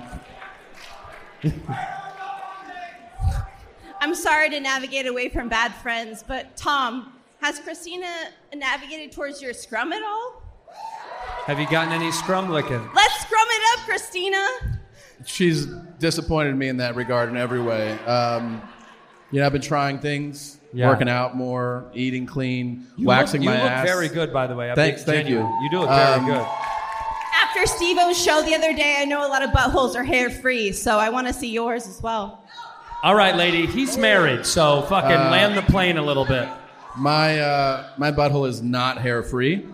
S26: I'm sorry to navigate away from bad friends, but Tom, has Christina navigated towards your scrum at all?
S8: Have you gotten any scrum licking?
S26: Let's scrum it up, Christina.
S5: She's disappointed me in that regard in every way. Um, you know, I've been trying things,
S8: Yeah.
S5: working out more, eating clean,
S8: You
S5: waxing
S8: look, you
S5: my
S8: look
S5: ass.
S8: very good, by the way. I'm
S5: Thanks,
S8: being
S5: thank you.
S8: genuine. You do look very
S5: Um,
S8: good.
S26: After Steve O's show the other day, I know a lot of buttholes are hair free, so I want to see yours as well.
S8: All right, lady. He's married, so fucking
S5: Uh,
S8: land the plane a little bit.
S5: My uh, my butthole is not hair free,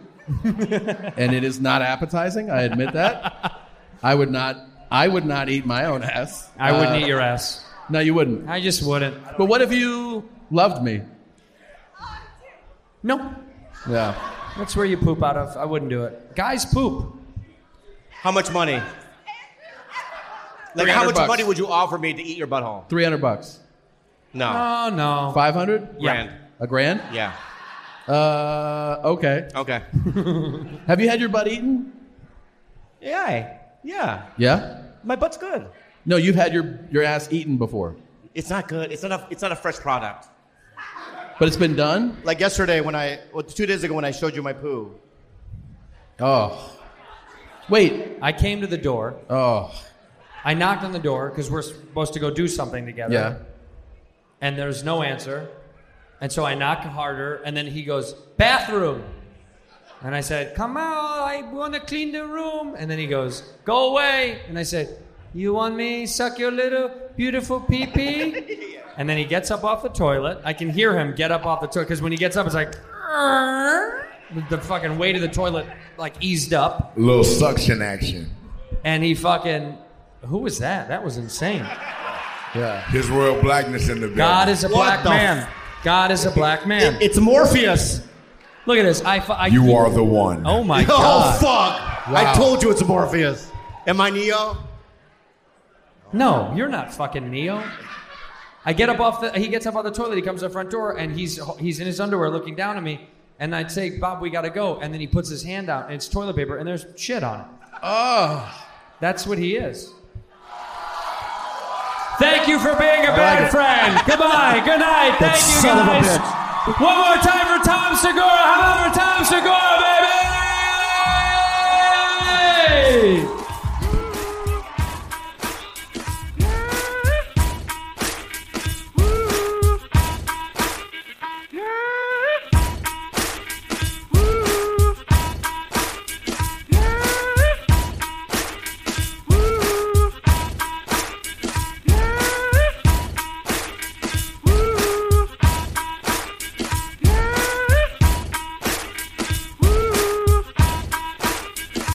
S5: and it is not appetizing. I admit that. I would not. I would not eat my own ass.
S8: I wouldn't eat your ass.
S5: uh, No, you wouldn't.
S8: I just wouldn't.
S5: But what if you loved me?
S8: No.
S5: Yeah.
S8: That's where you poop out of. I wouldn't do it. Guys poop.
S4: How much money? Like, how
S5: 300
S4: much
S5: bucks.
S4: money would you offer me to eat your butthole?
S5: Three hundred bucks.
S4: No.
S8: Oh no.
S5: Five hundred.
S4: Grand.
S5: A grand.
S4: Yeah.
S5: Uh. Okay.
S4: Okay.
S5: Have you had your butt eaten?
S4: Yeah. Yeah.
S5: Yeah.
S4: My butt's good.
S5: No, you've had your your ass eaten before,
S4: It's not good. It's not a, it's not a fresh product.
S5: but it's been done.
S4: Like yesterday when I, well, two days ago when I showed you my poo.
S5: Oh. Wait.
S8: I came to the door.
S5: Oh.
S8: I knocked on the door because we're supposed to go do something together.
S5: Yeah.
S8: And there's no answer. And so I knock harder, and then he goes, bathroom. And I said, come out, I want to clean the room. And then he goes, go away. And I said, you want me suck your little beautiful pee pee? and then he gets up off the toilet. I can hear him get up off the toilet because when he gets up, it's like, with the fucking weight of the toilet like eased up.
S27: Little suction action.
S8: And he fucking, who was that? That was insane.
S5: Yeah.
S27: His royal blackness in the building.
S8: God is a black man. God is a black man.
S4: it's Morpheus.
S8: Look at this. I, fu- I
S27: You are the one.
S8: Oh my
S4: oh,
S8: god.
S4: fuck. I
S8: Wow.
S4: told you it's Morpheus. Am I Neo?
S8: No, you're not fucking Neo. I get up off the. He gets up off the toilet. He comes to the front door, and he's he's in his underwear, looking down at me. And I'd say, Bob, we gotta go. And then he puts his hand out, and it's toilet paper, and there's shit on it. Oh, that's what he is. Thank you for being a bad friend. Goodbye. Good night. Thank you
S4: son of a
S8: guys. One more time for Tom Segura. How about for Tom Segura, baby?